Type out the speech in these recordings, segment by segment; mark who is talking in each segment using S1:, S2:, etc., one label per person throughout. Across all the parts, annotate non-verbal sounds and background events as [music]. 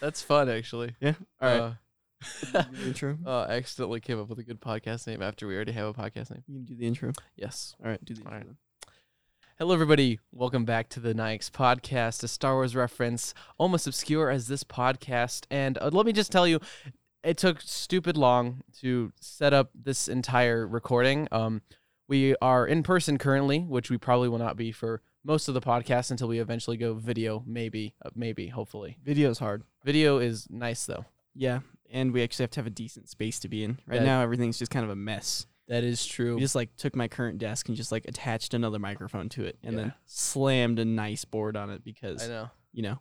S1: That's fun, actually.
S2: Yeah. All right.
S1: [laughs] Uh,
S2: You do the intro.
S1: uh, I accidentally came up with a good podcast name after we already have a podcast name.
S2: You can do the intro.
S1: Yes.
S2: All right. Do the
S1: All
S2: intro.
S1: right.
S2: then.
S1: Hello, everybody. Welcome back to the Nikes podcast, a Star Wars reference almost obscure as this podcast. And uh, let me just tell you, it took stupid long to set up this entire recording. Um, we are in person currently, which we probably will not be for most of the podcast until we eventually go video, maybe, uh, maybe, hopefully.
S2: Video's hard.
S1: Video is nice, though.
S2: Yeah. And we actually have to have a decent space to be in. Right
S1: Yeah.
S2: now, everything's just kind of a mess.
S1: That is true.
S2: We just like took my current desk and just like attached another microphone to it and then
S1: Yeah.
S2: slammed a nice board on it
S1: I
S2: because,
S1: know.
S2: you know,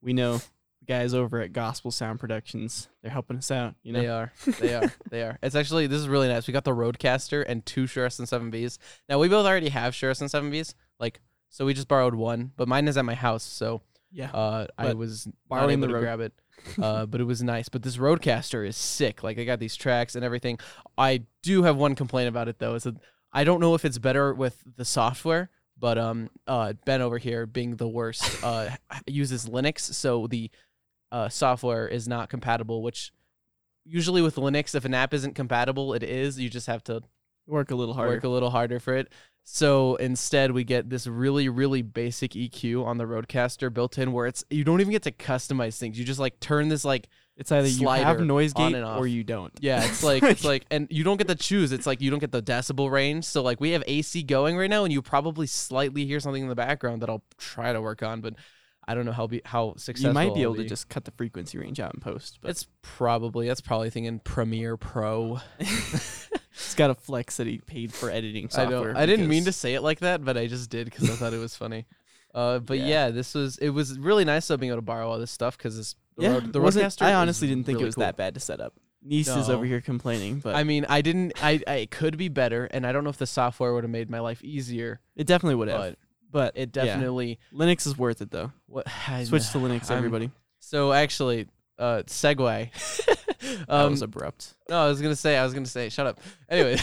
S2: we know the guys over at Gospel Sound Productions, they're helping us out, you know?
S1: They
S2: [laughs]
S1: are. They are. they are. It's actually this is really nice. We got the Roadcaster and two Shure S7Bs. Now we both already have Shure S7Bs, like so we just borrowed one, but mine is at my house, so
S2: Yeah.
S1: uh, I
S2: But
S1: was not
S2: borrowing
S1: able
S2: the
S1: to
S2: Road- [laughs]
S1: grab it. Uh, but it was nice. But this Roadcaster is sick. Like I got these tracks and everything. I do have one complaint about it though. Is that I don't know if it's better with the software, but um, uh, Ben over here being the
S2: [laughs]
S1: worst, uh, uses Linux, so the uh, software is not compatible. Which usually with Linux, if an app isn't compatible, it is. You just have to
S2: Work a little harder.
S1: work a little harder for it. So instead, we get this really, really basic EQ on the Roadcaster built in, where it's you don't even get to customize things. You just like turn this like
S2: it's either you have
S1: slider
S2: noise
S1: on
S2: gate
S1: and
S2: or
S1: off.
S2: you don't.
S1: yeah,
S2: [laughs]
S1: it's like it's like, and you don't get to choose. It's like you don't get the decibel range. So like we have AC going right now, and you probably slightly hear something in the background that I'll try to work on, but I don't know how be how successful
S2: you might be
S1: I'll
S2: able to just cut the frequency range out in post, but
S1: It's probably that's probably thinking Premiere Pro.
S2: it's got a flex that he paid for editing
S1: I
S2: software.
S1: know. I didn't mean to
S2: because-
S1: say it like that, but I just did because I thought it was funny. Uh, but yeah.
S2: Yeah.
S1: this was it was really nice though being able to borrow all this stuff because this the
S2: Yeah,
S1: road, the
S2: it wasn't-
S1: roadcaster.
S2: I
S1: is
S2: honestly didn't think
S1: really
S2: it was
S1: cool.
S2: that bad to set up. Niece is
S1: No.
S2: over here complaining, but
S1: I mean, I didn't. I, I it could be better, and I don't know if the software would have made my life easier,
S2: it definitely would have.
S1: but
S2: But
S1: it
S2: yeah.
S1: definitely
S2: Linux is worth it though.
S1: what [sighs] I
S2: Switch
S1: know.
S2: to Linux,
S1: I'm-
S2: everybody.
S1: So actually, uh, [laughs] segue.
S2: that
S1: um,
S2: was abrupt.
S1: no, I was gonna say, I was gonna say, shut up.
S2: [laughs]
S1: Anyway, [laughs]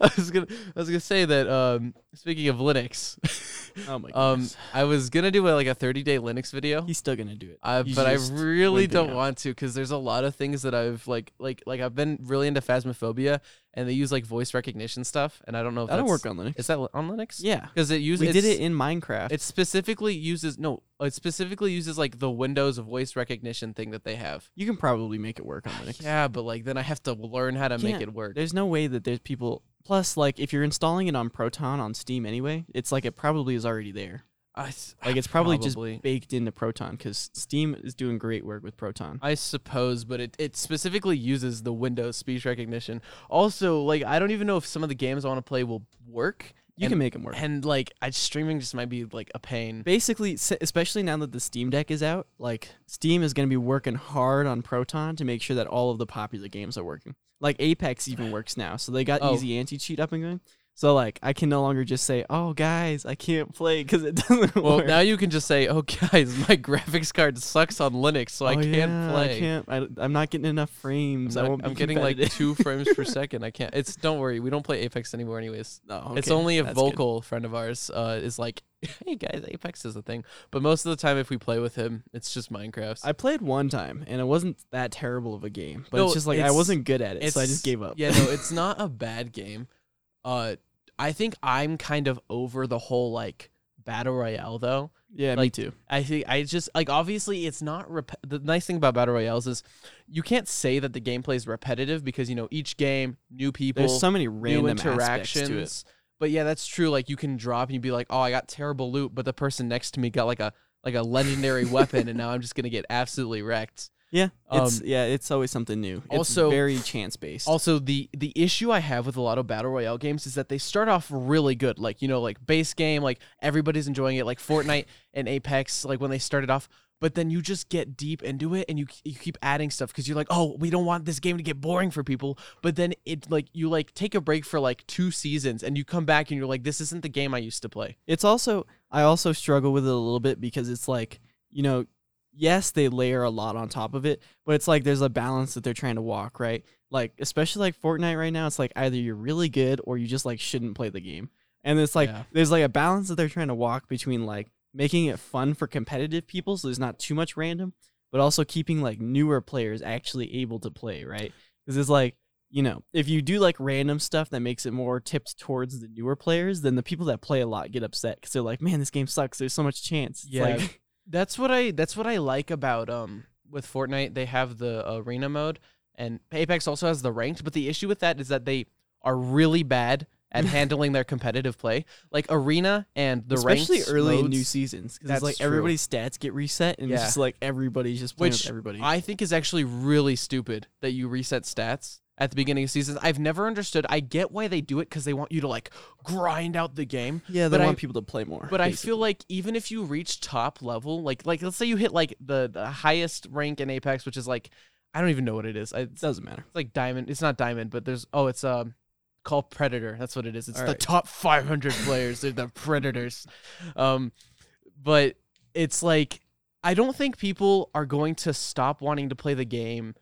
S1: I was gonna, I was gonna say that. Um, speaking of Linux, [laughs]
S2: Oh my
S1: um,
S2: goodness.
S1: I was gonna do a, like a 30 day Linux video.
S2: He's still gonna do it.
S1: Uh,
S2: He's
S1: but I
S2: just
S1: really
S2: wimping
S1: don't
S2: out.
S1: want to because there's a lot of things that I've like like like I've been really into Phasmophobia and they use like voice recognition stuff and I don't know if
S2: That'll
S1: that's,
S2: work on Linux.
S1: Is that li- on Linux?
S2: Yeah,
S1: because it uses
S2: we did it in Minecraft.
S1: it specifically uses no it specifically uses like the Windows voice recognition thing that they have.
S2: you can probably make it work on Linux.
S1: Yeah, but like then I have to learn how to make
S2: Can't.
S1: it work.
S2: There's no way that there's people. Plus, like if you're installing it on Proton on Steam anyway, it's like it probably is already there.
S1: I, s-
S2: Like it's probably,
S1: Probably.
S2: just baked into Proton because Steam is doing great work with Proton.
S1: I suppose, but it, it specifically uses the Windows speech recognition. Also, like I don't even know if some of the games I want to play will work.
S2: You
S1: and
S2: can make them work.
S1: and like I, streaming just might be like a pain.
S2: Basically, s- especially now that the Steam Deck is out, like Steam is going to be working hard on Proton to make sure that all of the popular games are working. Like Apex
S1: [sighs]
S2: even works now, so they got
S1: Oh.
S2: easy anti cheat up and going. So like I can no longer just say, "Oh guys, I can't play" because it [laughs] doesn't
S1: Well,
S2: work.
S1: now you can just say, "Oh, [laughs] guys, my graphics card sucks on Linux, so I
S2: "Oh,
S1: can't
S2: yeah,
S1: play.
S2: I can't. I, am not getting enough
S1: I'm,
S2: frames. I
S1: not-
S2: won't.
S1: I'm
S2: be
S1: getting like
S2: competitive." [laughs]
S1: two frames per second. I can't. It's don't worry, we don't play Apex anymore, anyways.
S2: No,
S1: it's
S2: okay,
S1: only a
S2: that's good.
S1: vocal friend of ours uh, is like, [laughs] "Hey guys, Apex is a thing," but most of the time, if we play with him, it's just Minecraft.
S2: I played one time and it wasn't that terrible of a game, but
S1: No,
S2: it's just like I
S1: it's-
S2: wasn't good at it, so I just gave up.
S1: Yeah, no, it's not a bad game. Uh, I think I'm kind of over the whole like battle royale though.
S2: yeah,
S1: like,
S2: me too.
S1: I think I just like obviously it's not rep- the nice thing about battle royales is you can't say that the gameplay is repetitive because you know each game new people
S2: There's so many
S1: new
S2: random interactions to it.
S1: interactions but yeah that's true like you can drop and you'd be like oh I got terrible loot but the person next to me got like a like a legendary weapon and now I'm just gonna get absolutely wrecked
S2: Yeah, it's
S1: Um,
S2: yeah, it's always something new.
S1: also-
S2: it's very chance based.
S1: also the the issue I have with a lot of battle royale games is that they start off really good like you know like base game like everybody's enjoying it like Fortnite and Apex, like when they started off. But then you just get deep into it, and you you keep adding stuff because you're like, oh, we don't want this game to get boring for people. But then it like you like take a break for like two seasons, and you come back and you're like, this isn't the game I used to play.
S2: It's also I also struggle with it a little bit because it's like you know, yes, they layer a lot on top of it, but it's like there's a balance that they're trying to walk, right? Like especially like Fortnite right now, it's like either you're really good or you just like shouldn't play the game. And it's like
S1: Yeah.
S2: there's like a balance that they're trying to walk between like making it fun for competitive people, so there's not too much random, but also keeping like newer players actually able to play, right? Because it's like, you know, if you do like random stuff that makes it more tipped towards the newer players, then the people that play a lot get upset because they're like, man, this game sucks. There's so much chance. It's
S1: Yeah.
S2: like-
S1: That's what I that's what I like about um with Fortnite. They have the arena mode and Apex also has the ranked, but the issue with that is that they are really bad
S2: [laughs]
S1: at handling their competitive play. Like arena and the
S2: especially
S1: ranked
S2: early in
S1: modes,
S2: new seasons because
S1: That's
S2: it's like
S1: true.
S2: everybody's stats get reset and it's
S1: Yeah.
S2: just like everybody's just playing
S1: Which
S2: with everybody.
S1: I think is actually really stupid that you reset stats at the beginning of seasons. I've never understood. I get why they do it cuz they want you to like grind out the game,
S2: yeah, they
S1: but I-
S2: want people to play more.
S1: But I feel like even if you reach top level, like like let's say you hit like the, the highest rank in Apex, which is like I don't even know what it is. I- It's,
S2: it doesn't matter.
S1: it's like diamond. It's not diamond, but there's oh, it's um called Predator. That's what it is. It's the
S2: Alright.
S1: top 500 players. They're the Predators. Um, but it's like I don't think people are going to stop wanting to play the game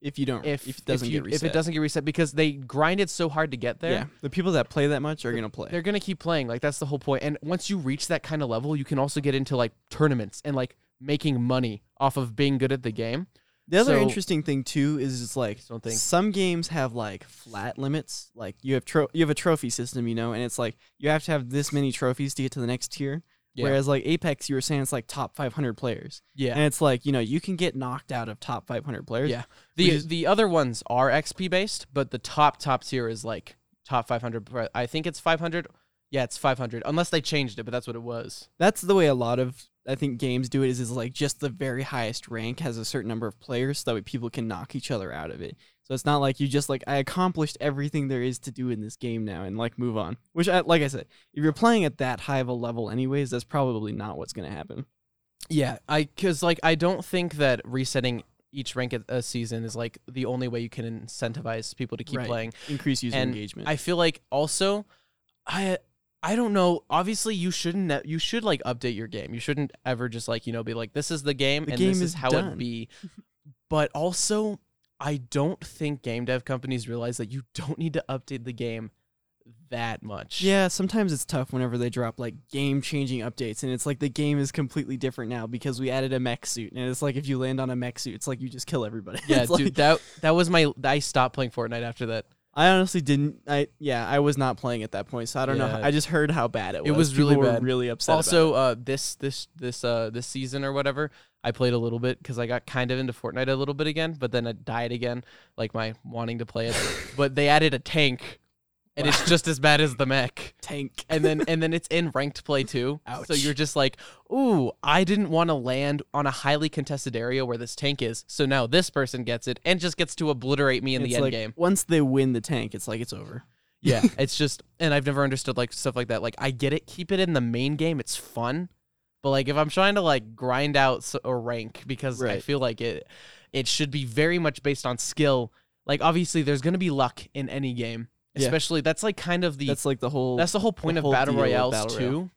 S2: If you don't,
S1: if
S2: if it doesn't
S1: if, you-
S2: get reset,
S1: if it doesn't get reset because they grinded so hard to get there.
S2: yeah, the people that play that much are gonna play.
S1: They're gonna keep playing. Like that's the whole point. And once you reach that kind of level, you can also get into like tournaments and like making money off of being good at the game.
S2: The other
S1: So-
S2: interesting thing too is it's like
S1: Just don't think-
S2: some games have like flat limits. Like you have tro- you have a trophy system, you know, and it's like you have to have this many trophies to get to the next tier.
S1: Yeah.
S2: Whereas like Apex, you were saying it's like top 500 players,
S1: Yeah.
S2: and it's like you know you can get knocked out of top 500 players.
S1: Yeah.
S2: which
S1: The
S2: is-
S1: the other ones are XP based, but the top top tier is like top 500. pri- I think it's 500. Yeah, it's 500. Unless they changed it, but that's what it was.
S2: that's the way a lot of I think games do it is is like just the very highest rank has a certain number of players so that way people can knock each other out of it. So it's not like you just like I accomplished everything there is to do in this game now and like move on. Which I, like I said, if you're playing at that high of a level anyways, that's probably not what's going to happen.
S1: Yeah, I because like I don't think that resetting each rank a- a season is like the only way you can incentivize people to keep
S2: Right.
S1: playing.
S2: Increase user
S1: And
S2: engagement.
S1: I feel like also, I I don't know. Obviously, you shouldn't. e- You should like update your game. You shouldn't ever just like you know be like this is the game
S2: The
S1: and
S2: game
S1: this
S2: is
S1: is how
S2: done.
S1: it
S2: [laughs]
S1: be. But also, I don't think game dev companies realize that you don't need to update the game that much.
S2: yeah, [laughs] sometimes it's tough whenever they drop like game-changing updates and it's like the game is completely different now because we added a mech suit and it's like if you land on a mech suit, it's like you just kill everybody. [laughs]
S1: yeah,
S2: It's
S1: dude.
S2: like-
S1: that that was my. I stopped playing Fortnite after that.
S2: I honestly didn't. I yeah, I was not playing at that point, so I don't know.
S1: Yeah.
S2: I just heard how bad it was.
S1: It was
S2: People
S1: really
S2: were
S1: bad.
S2: really upset. about it.
S1: also, uh, this this this uh this season or whatever, I played a little bit because I got kind of into Fortnite a little bit again, but then I died again, like my wanting to play
S2: [laughs]
S1: it. but they added a tank, and it's just as bad as the mech.
S2: tank.
S1: And then and then it's in ranked play too. So
S2: Ouch.
S1: you're just like, ooh, I didn't want to land on a highly contested area where this tank is. So now this person gets it and just gets to obliterate me in
S2: It's
S1: the end
S2: like,
S1: game.
S2: Once they win the tank, it's like it's over.
S1: Yeah, [laughs] it's just, and I've never understood like stuff like that. Like, I get it, keep it in the main game; it's fun. But like, if I'm trying to like grind out s- a rank, because I
S2: Right.
S1: feel like it, it should be very much based on skill. Like, obviously, there's gonna be luck in any game,
S2: Yeah.
S1: especially that's like kind of the that's,
S2: That's like the whole.
S1: the whole point
S2: whole
S1: of battle
S2: deal with
S1: royales
S2: battle royale.
S1: too.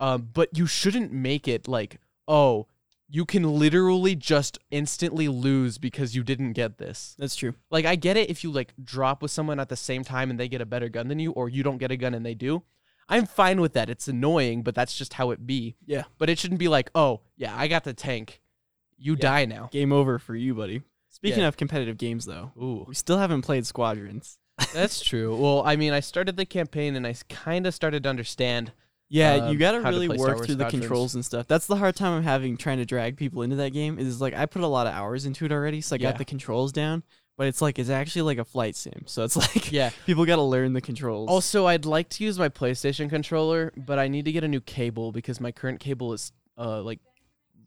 S1: Um, but you shouldn't make it like, oh, you can literally just instantly lose because you didn't get this.
S2: that's true.
S1: Like I get it if you like drop with someone at the same time and they get a better gun than you, or you don't get a gun and they do. I'm fine with that. It's annoying, but that's just how it be.
S2: Yeah.
S1: But it shouldn't be like, oh yeah, I got the tank. You
S2: Yeah.
S1: die now.
S2: Game over for you, buddy. Speaking
S1: Yeah.
S2: of competitive games, though,
S1: Ooh,
S2: we still haven't played Squadrons.
S1: [laughs] that's true. Well, I mean, I started the campaign and I kind of started to understand.
S2: Yeah,
S1: Um,
S2: you gotta
S1: how to
S2: really
S1: play Star
S2: work
S1: Wars
S2: through the
S1: Squadrons.
S2: controls and stuff. That's the hard time I'm having trying to drag people into that game. Is like I put a lot of hours into it already, so I
S1: Yeah.
S2: got the controls down. But it's like it's actually like a flight sim, so it's [laughs] like
S1: Yeah.
S2: people gotta learn the controls.
S1: Also, I'd like to use my PlayStation controller, but I need to get a new cable because my current cable is uh like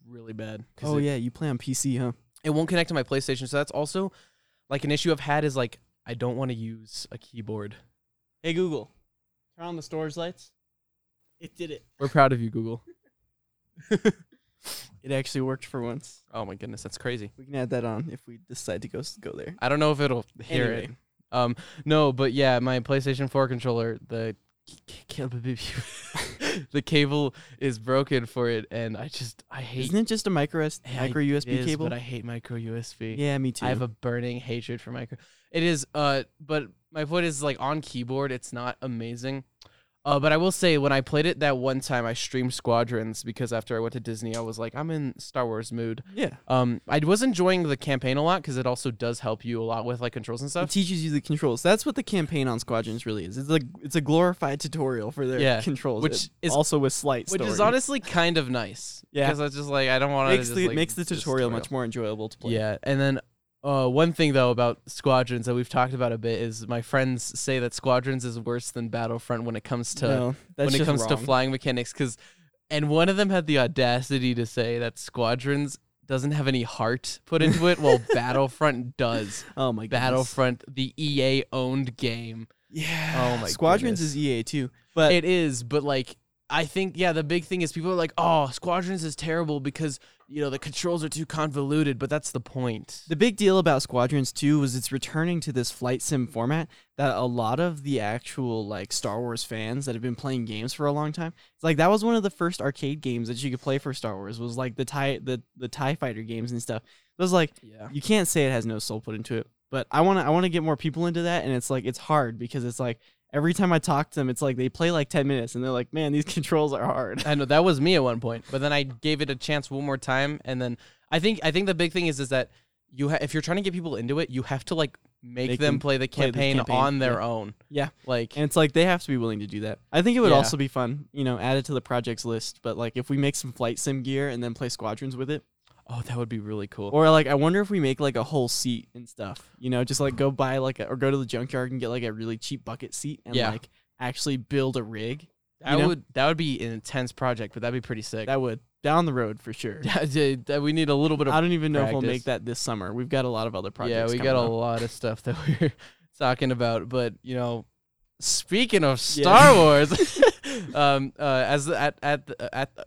S1: really bad. 'cause
S2: oh
S1: it-
S2: yeah, you play on PC, huh?
S1: it won't connect to my PlayStation. So that's also like an issue I've had is like I don't want to use a keyboard.
S2: Hey Google, turn on the storage lights. It did it.
S1: We're proud of you, Google.
S2: It actually worked for once.
S1: Oh my goodness, that's crazy.
S2: We can add that on if we decide to go s- go there.
S1: I don't know if it'll hear it.
S2: Anyway.
S1: Um, no, but yeah, my PlayStation 4 controller, the [laughs] the cable is broken for it, and I just I hate
S2: Isn't it just a micro S-
S1: I-
S2: micro
S1: it
S2: USB
S1: is,
S2: cable?
S1: But I hate micro USB.
S2: yeah, me too.
S1: I have a burning hatred for micro. It is, uh, but my point is like on keyboard, it's not amazing. Uh, but I will say, when I played it that one time, I streamed Squadrons because after I went to Disney, I was like, I'm in Star Wars mood.
S2: Yeah.
S1: Um, I was enjoying the campaign a lot because it also does help you a lot with like controls and
S2: It
S1: stuff.
S2: teaches you the controls. That's what the campaign on Squadrons really is. It's like it's a glorified tutorial for their
S1: Yeah,
S2: controls,
S1: which
S2: It-
S1: is-
S2: also with slight
S1: Which is
S2: story.
S1: honestly kind of nice.
S2: Yeah.
S1: Because I was just like, I don't want to.
S2: makes the makes the tutorial much more enjoyable to play.
S1: Yeah, and then uh, one thing though about Squadrons that we've talked about a bit is my friends say that Squadrons is worse than Battlefront when it comes to
S2: no, that's
S1: when it
S2: just
S1: comes to
S2: wrong.
S1: flying mechanics, because and one of them had the audacity to say that Squadrons doesn't have any heart put into it,
S2: [laughs]
S1: while Battlefront does.
S2: Oh my god.
S1: Battlefront, the EA owned game,
S2: Yeah.
S1: Oh my
S2: Squadrons
S1: goodness.
S2: is EA too, but
S1: it is, but like. I think yeah, the big thing is people are like, "Oh, Squadrons is terrible because you know the controls are too convoluted," but that's the point.
S2: The big deal about Squadrons 2 was it's returning to this flight sim format that a lot of the actual like Star Wars fans that have been playing games for a long time. It's like that was one of the first arcade games that you could play for Star Wars was like the tie the, the TIE fighter games and stuff. It was like
S1: Yeah,
S2: you can't say it has no soul put into it. But I wanna I wanna get more people into that and it's like it's hard because it's like every time I talk to them it's like they play like ten minutes and they're like, Man, these [laughs] controls are hard.
S1: I know that was me at one point, but then I gave it a chance one more time, and then I think I think the big thing is is that you ha- if you're trying to get people into it, you have to like make,
S2: Make
S1: them
S2: them
S1: play the
S2: play the
S1: campaign,
S2: campaign,
S1: on their
S2: yeah.
S1: own.
S2: Yeah.
S1: like
S2: And it's like they have to be willing to do that. I think it would
S1: Yeah.
S2: also be fun, you know, add it to the projects list. But like if we make some flight sim gear and then play squadrons with it,
S1: oh, that would be really cool.
S2: or like I wonder if we make like a whole seat and stuff, you know, just like go buy like a, or go to the junkyard and get like a really cheap bucket seat and
S1: Yeah.
S2: like actually build a rig.
S1: That
S2: you know?
S1: would that would be an intense project, but that'd be pretty sick.
S2: That would down the road
S1: [laughs]
S2: for sure.
S1: Yeah, dude, [laughs] that we need a little bit of
S2: I don't even know if we'll
S1: practice.
S2: make that this summer. We've got a lot of other projects.
S1: yeah, we
S2: coming
S1: got a
S2: up.
S1: lot of stuff that [laughs] we're talking about, but you know, speaking of Star Wars,
S2: [laughs]
S1: [laughs] um, uh, as the- at at the- [laughs] at the-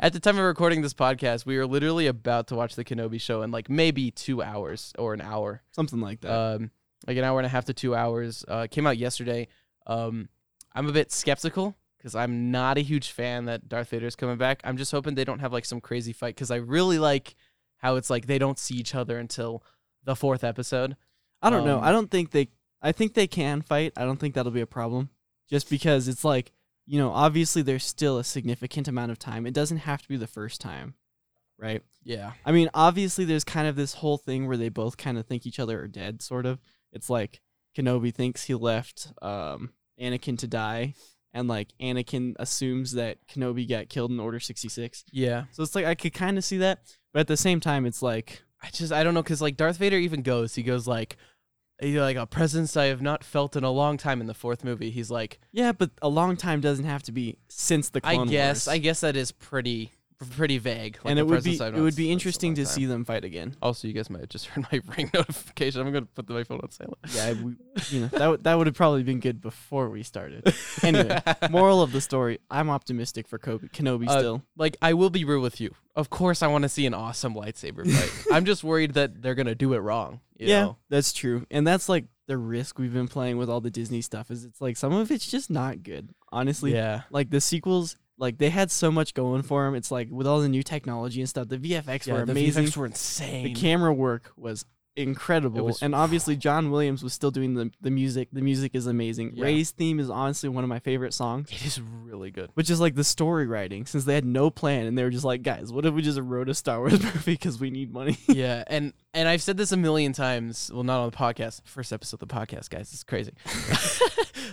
S1: at the time of recording this podcast, we are literally about to watch the Kenobi show in like maybe two hours or an hour,
S2: something like that.
S1: um, like an hour and a half to two hours. Uh, it came out yesterday. Um, I'm a bit skeptical. Because I'm not a huge fan that Darth Vader's coming back. I'm just hoping they don't have like some crazy fight. Because I really like how it's like they don't see each other until the fourth episode.
S2: I don't know.
S1: Um,
S2: I don't think they. I think they can fight. I don't think that'll be a problem, just because it's like you know, obviously there's still a significant amount of time. It doesn't have to be the first time, right?
S1: Yeah.
S2: I mean, obviously there's kind of this whole thing where they both kind of think each other are dead, sort of. It's like Kenobi thinks he left um, Anakin to die, and like Anakin assumes that Kenobi got killed in Order sixty six.
S1: Yeah.
S2: So it's like I could kind of see that, but at the same time, it's like
S1: I just I don't know cuz like Darth Vader even goes he goes like he like a presence I have not felt in a long time in the fourth movie. He's like
S2: yeah, but a long time doesn't have to be since the Clone
S1: I guess
S2: Wars.
S1: I guess that is pretty pretty vague. Like,
S2: and
S1: the
S2: it would be
S1: presence I've
S2: it
S1: not
S2: would
S1: felt in
S2: be
S1: a
S2: interesting
S1: long
S2: to
S1: time.
S2: see them
S1: [laughs]
S2: fight again.
S1: Also, you guys might have just heard my ring notification. I'm gonna put the my phone on silent.
S2: Yeah, we, you know that would- that would have probably been good before we started.
S1: [laughs]
S2: Anyway, moral of the story: I'm optimistic for Kobe, Kenobi
S1: Uh,
S2: still.
S1: Like I will be real with you. Of course, I want to see an awesome lightsaber
S2: [laughs]
S1: fight. I'm just worried that they're gonna do it wrong. You
S2: yeah,
S1: know?
S2: that's true, and that's like the risk we've been playing with all the Disney stuff. Is it's like some of it's just not good, honestly.
S1: yeah.
S2: Like the sequels, like they had so much going for them. It's like with all the new technology and stuff, the VFX were
S1: Yeah, the
S2: amazing.
S1: VFX were insane.
S2: the camera work was incredible
S1: was-
S2: and obviously john williams was still doing the, the music the music is amazing
S1: Yeah.
S2: ray's theme is honestly one of my favorite songs
S1: it is really
S2: [laughs]
S1: good.
S2: which is like the story writing since they had no plan and they were just like guys what if we just wrote a star wars [laughs] movie because we need money [laughs]
S1: yeah, and and I've said this a million times. Well, not on the podcast. First episode of the podcast, guys. It's
S2: [laughs]
S1: crazy. [laughs]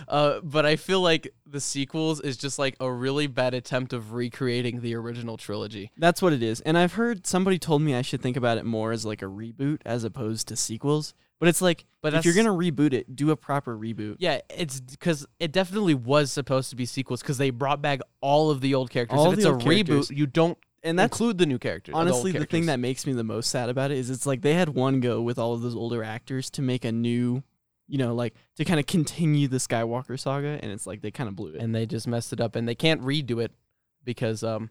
S1: uh, but I feel like the sequels is just like a really bad attempt of recreating the original trilogy.
S2: that's what it is and i've heard somebody told me i should think about it more as like a reboot as opposed to sequels but it's like
S1: But
S2: if you're
S1: that's-
S2: gonna reboot it do a proper reboot
S1: Yeah, it's because it definitely was supposed to be sequels because they brought back all of the old characters.
S2: All
S1: if
S2: the
S1: it's a
S2: old characters.
S1: reboot, you don't
S2: and that's
S1: include the new characters. or
S2: honestly
S1: the,
S2: the
S1: old
S2: thing that
S1: characters.
S2: makes me the most sad about it is it's like they had one go with all of those older actors to make a new you know like to kind of continue the skywalker saga and it's like they kind of blew it
S1: and they just messed it up, and they can't redo it because um,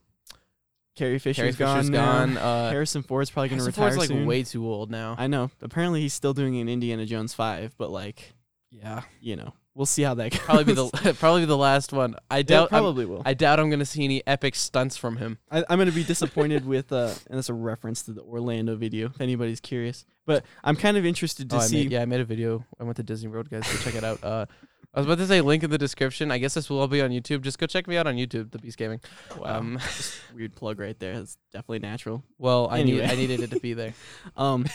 S2: carrie fisher's
S1: Carrie
S2: gone,
S1: Fisher's
S2: now.
S1: gone. Uh,
S2: harrison ford's probably gonna
S1: Harrison
S2: retire
S1: Ford's like
S2: soon.
S1: way too old now.
S2: i know apparently he's still doing an indiana jones 5 but like
S1: yeah.
S2: you know We'll see how that goes.
S1: [laughs] Probably be
S2: [laughs]
S1: the [laughs] probably be the last one. I
S2: It
S1: doubt. I'm,
S2: probably will.
S1: I doubt I'm gonna see any epic stunts from him.
S2: I, I'm going to be disappointed with, uh, and that's a reference to the Orlando video, if anybody's curious. But I'm kind of interested to
S1: Oh, I
S2: see.
S1: made, yeah, I made a video. I went to Disney Road, guys. Go check it out. Uh, I was about to say link in the description. I guess this will all be on YouTube. Just go check me out on YouTube, The Beast Gaming.
S2: Wow.
S1: Um,
S2: Just weird plug right there. That's definitely natural.
S1: well, I need,
S2: Anyway.
S1: I needed it to be there.
S2: [laughs] Um,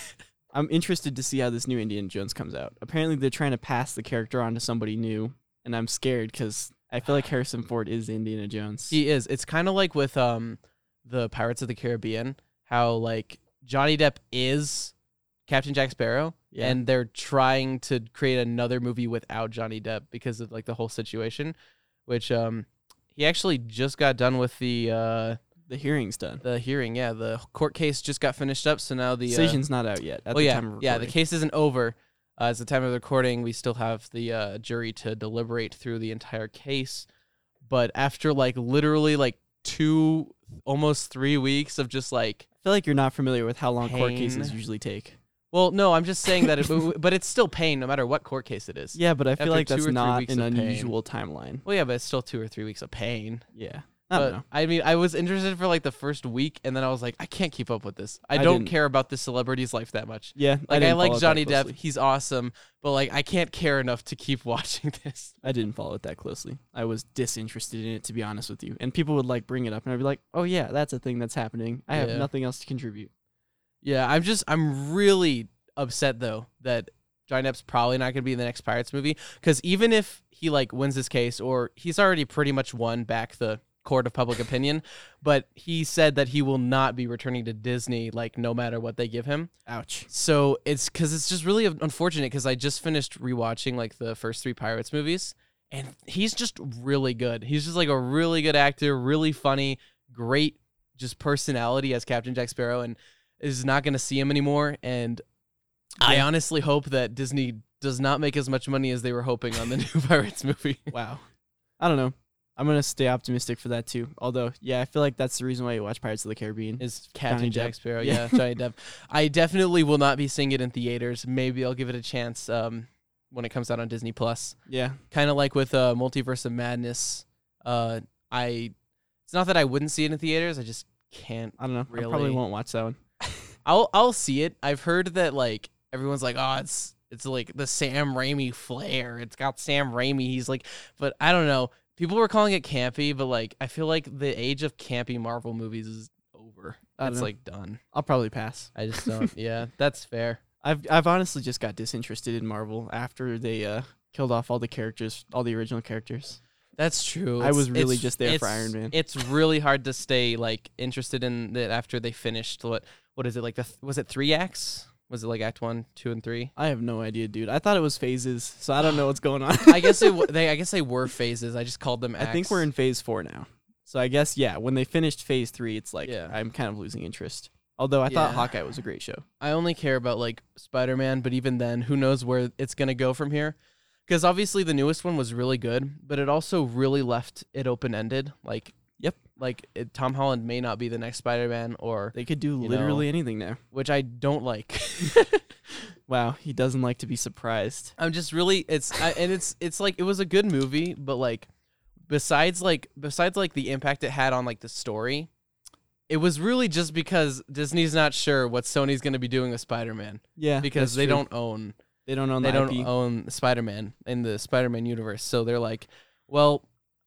S2: I'm interested to see how this new Indiana Jones comes out. Apparently, they're trying to pass the character on to somebody new, and I'm scared because I [sighs] feel like Harrison Ford is Indiana Jones.
S1: He is. It's kind of like with um, the Pirates of the Caribbean, how like Johnny Depp is Captain Jack Sparrow,
S2: Yeah.
S1: and they're trying to create another movie without Johnny Depp because of like the whole situation, which um, he actually just got done with the uh,
S2: the hearing's done.
S1: the hearing. Yeah, the court case just got finished up, so now the uh,
S2: Decision's not out yet. At
S1: oh
S2: the
S1: yeah,
S2: time of
S1: yeah. The
S2: recording.
S1: case isn't over. Uh, as the time of the recording, we still have the uh, jury to deliberate through the entire case. But after like literally like two, almost three weeks of just like,
S2: I feel like you're not familiar with how long court
S1: Pain.
S2: cases usually take.
S1: well, no, I'm just saying that, it, but it's still pain no matter what court case it is.
S2: Yeah, but I feel
S1: After
S2: like
S1: two
S2: that's
S1: or three
S2: not
S1: weeks
S2: an
S1: of pain.
S2: unusual timeline.
S1: Well, yeah, but it's still two or three weeks of pain.
S2: Yeah, I don't
S1: But,
S2: know.
S1: I mean, I was interested for like the first week, and then I was like, I can't keep up with this. I,
S2: I
S1: don't
S2: didn't-
S1: care about this celebrity's life that much.
S2: Yeah,
S1: Like I,
S2: didn't follow
S1: like
S2: it that
S1: Johnny Depp,
S2: closely.
S1: he's awesome, but like I can't care enough to keep [laughs] watching this.
S2: I didn't follow it that closely. I was disinterested in it, to be honest with you. And people would like bring it up, and I'd be like, "Oh yeah, that's a thing that's happening. I
S1: Yeah.
S2: have nothing else to contribute."
S1: Yeah, I'm just I'm really upset though that Johnny Depp's probably not going to be in the next Pirates movie because even if he like wins this case or he's already pretty much won back the court of public opinion, but he said that he will not be returning to Disney like no matter what they give him.
S2: Ouch.
S1: So it's because it's just really unfortunate because I just finished rewatching like the first three Pirates movies and he's just really good. He's just like a really good actor, really funny, great just personality as Captain Jack Sparrow and is not going to see him anymore. And I
S2: Yeah.
S1: honestly hope that Disney does not make as much money as they were hoping on the [laughs] new Pirates movie.
S2: Wow. [laughs] I don't know. I'm gonna stay optimistic for that too. Although, yeah, I feel like that's the reason why you watch Pirates of the Caribbean.
S1: Is Captain
S2: Johnny
S1: Jack
S2: Depp.
S1: Sparrow? Yeah,
S2: Yeah.
S1: Johnny Depp. I definitely will not be seeing it in theaters. Maybe I'll give it a chance um, when it comes out on Disney Plus.
S2: yeah,
S1: kind of like with uh, Multiverse of Madness. Uh, I it's not that I wouldn't see it in theaters. I just can't.
S2: I don't know. I
S1: Really?
S2: probably won't watch that one.
S1: I'll I'll see it. I've heard that like everyone's like, oh, it's it's like the Sam Raimi flair. It's got Sam Raimi. He's like, but I don't know. People were calling it campy, but like I feel like the age of campy Marvel movies is over.
S2: I don't
S1: That's
S2: know.
S1: like done.
S2: I'll probably pass.
S1: I just [laughs] don't. yeah, that's fair.
S2: I've I've honestly just got disinterested in Marvel after they uh, killed off all the characters, all the original characters.
S1: That's true.
S2: I
S1: It's-
S2: was really
S1: it's-
S2: just there for
S1: it's-
S2: Iron Man.
S1: It's really hard to stay like interested in it after they finished what what is it like the th- was it three acts? Was it like act one, two, and three?
S2: I have no idea, dude. I thought it was phases, so I don't know what's going on. [laughs]
S1: I guess it w- [laughs] they I guess they were phases. I just called them.
S2: I
S1: Acts.
S2: think we're in phase four now. So I guess yeah, when they finished phase three, it's like
S1: Yeah.
S2: I'm kind of losing interest. Although I thought
S1: Yeah.
S2: Hawkeye was a great show.
S1: I only care about like Spider Man, but even then, who knows where it's gonna go from here? Because obviously the newest one was really good, but it also really left it open ended. Like
S2: Yep.
S1: like it, Tom Holland may not be the next Spider Man, or
S2: They could do
S1: You
S2: literally anything there.
S1: which I don't like.
S2: Wow, he doesn't like to be surprised.
S1: I'm just really it's I, and it's it's like it was a good movie, but like besides like besides like the impact it had on like the story, it was really just because Disney's not sure what Sony's going to be doing with Spider-Man
S2: Yeah,
S1: because
S2: that's
S1: they
S2: true.
S1: don't own
S2: they don't own
S1: they
S2: the
S1: don't
S2: IP.
S1: own Spider-Man in the Spider-Man universe. So they're like, well,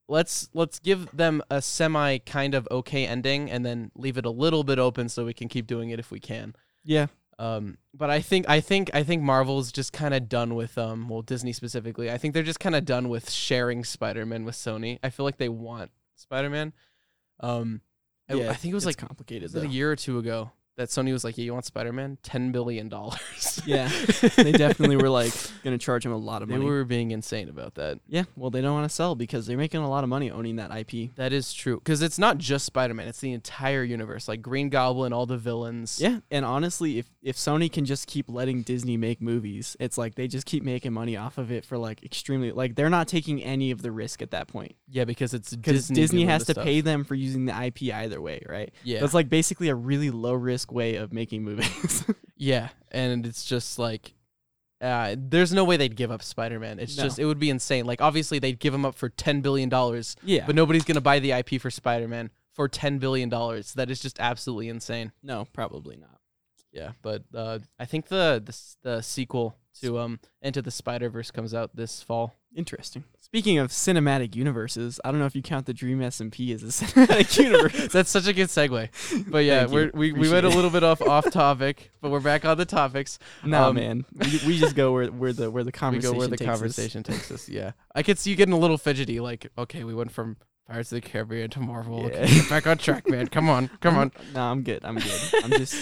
S1: let's let's give them a semi kind of okay ending and then leave it a little bit open so we can keep doing it if we can.
S2: yeah,
S1: Um, but I think I think I think Marvel's just kind of done with um, well, Disney specifically. I think they're just kind of done with sharing Spider-Man with Sony. I feel like they want Spider-Man. Um, I-
S2: yeah,
S1: I think it was
S2: it's
S1: like
S2: complicated
S1: was it a
S2: though.
S1: year or two ago that Sony was like, "Yeah, you want Spider-Man? Ten billion dollars."
S2: [laughs]
S1: [laughs]
S2: Yeah, they definitely were like gonna charge him a lot of
S1: they
S2: money.
S1: were being insane about that.
S2: yeah, well, they don't want to sell because they're making a lot of money owning that IP.
S1: That is true because it's not just Spider-Man; it's the entire universe, like Green Goblin, all the villains.
S2: Yeah, and honestly, if if Sony can just keep letting Disney make movies, it's like they just keep making money off of it for like extremely like they're not taking any of the risk at that point
S1: yeah, because it's
S2: because
S1: Disney.
S2: Disney,
S1: doing
S2: has to
S1: the stuff.
S2: pay them for using the IP either way, right?
S1: Yeah,
S2: That's like basically a really low risk way of making movies. [laughs]
S1: Yeah, and it's just like Uh, there's no way they'd give up Spider Man. It's
S2: No.
S1: just it would be insane. Like obviously they'd give him up for ten billion dollars,
S2: Yeah,
S1: but nobody's gonna buy the IP for Spider Man for ten billion dollars. That is just absolutely insane.
S2: no, probably not.
S1: Yeah, but uh, I think the, the s- the sequel to um Into the Spider Verse comes out this [laughs] fall.
S2: Interesting. Speaking of cinematic universes, I don't know if you count the Dream SMP as a [laughs] cinematic universe.
S1: [laughs] That's such a good segue. But yeah,
S2: Thank you.
S1: we're, we we
S2: Appreciate
S1: went a
S2: it.
S1: little bit off [laughs] off topic, but we're back on the topics.
S2: No,
S1: Um,
S2: man, we, we just go where where the where
S1: [laughs]
S2: the
S1: we
S2: conversation
S1: go where the
S2: takes us.
S1: conversation takes us. Yeah, [laughs] I could see you getting a little fidgety. Like, okay, we went from Pirates of the Caribbean to Marvel. Okay,
S2: Yeah.
S1: get back on track, man. Come [laughs] on, come on.
S2: No, I'm good. I'm
S1: [laughs]
S2: good. I'm just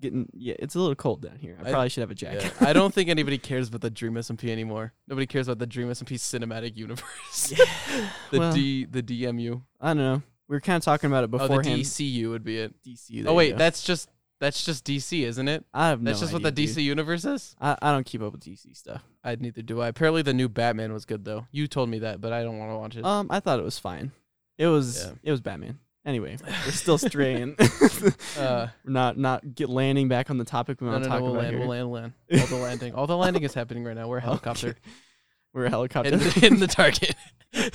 S2: getting. Yeah, it's a little cold down here. I
S1: I-
S2: probably should have a
S1: Yeah,
S2: jacket.
S1: I don't think anybody cares about the Dream SMP anymore. Nobody cares about the Dream SMP cinematic universe. [laughs] the
S2: Well-
S1: D the DMU.
S2: I don't know. We were kind of talking about it
S1: Oh, the
S2: beforehand.
S1: DCU would be it.
S2: DC.
S1: Oh wait, that's just that's just DC, isn't it?
S2: I have no
S1: That's just what
S2: idea,
S1: the DC
S2: dude.
S1: universe is.
S2: I, I don't keep up with DC stuff.
S1: I neither do I. Apparently, the new Batman was good though. You told me that, but I don't want to watch it.
S2: Um, I thought it was fine. It was
S1: Yeah.
S2: it was Batman. Anyway,
S1: [laughs]
S2: we're still straying. [laughs]
S1: Uh,
S2: We're not not get landing back on the topic we
S1: no,
S2: want
S1: no,
S2: to
S1: no,
S2: talk
S1: we'll
S2: about
S1: land,
S2: here.
S1: we'll land, land. All the landing, all the landing is happening right now. We're a helicopter
S2: [laughs] Okay. We're a helicopter.
S1: in, the, in the target. [laughs]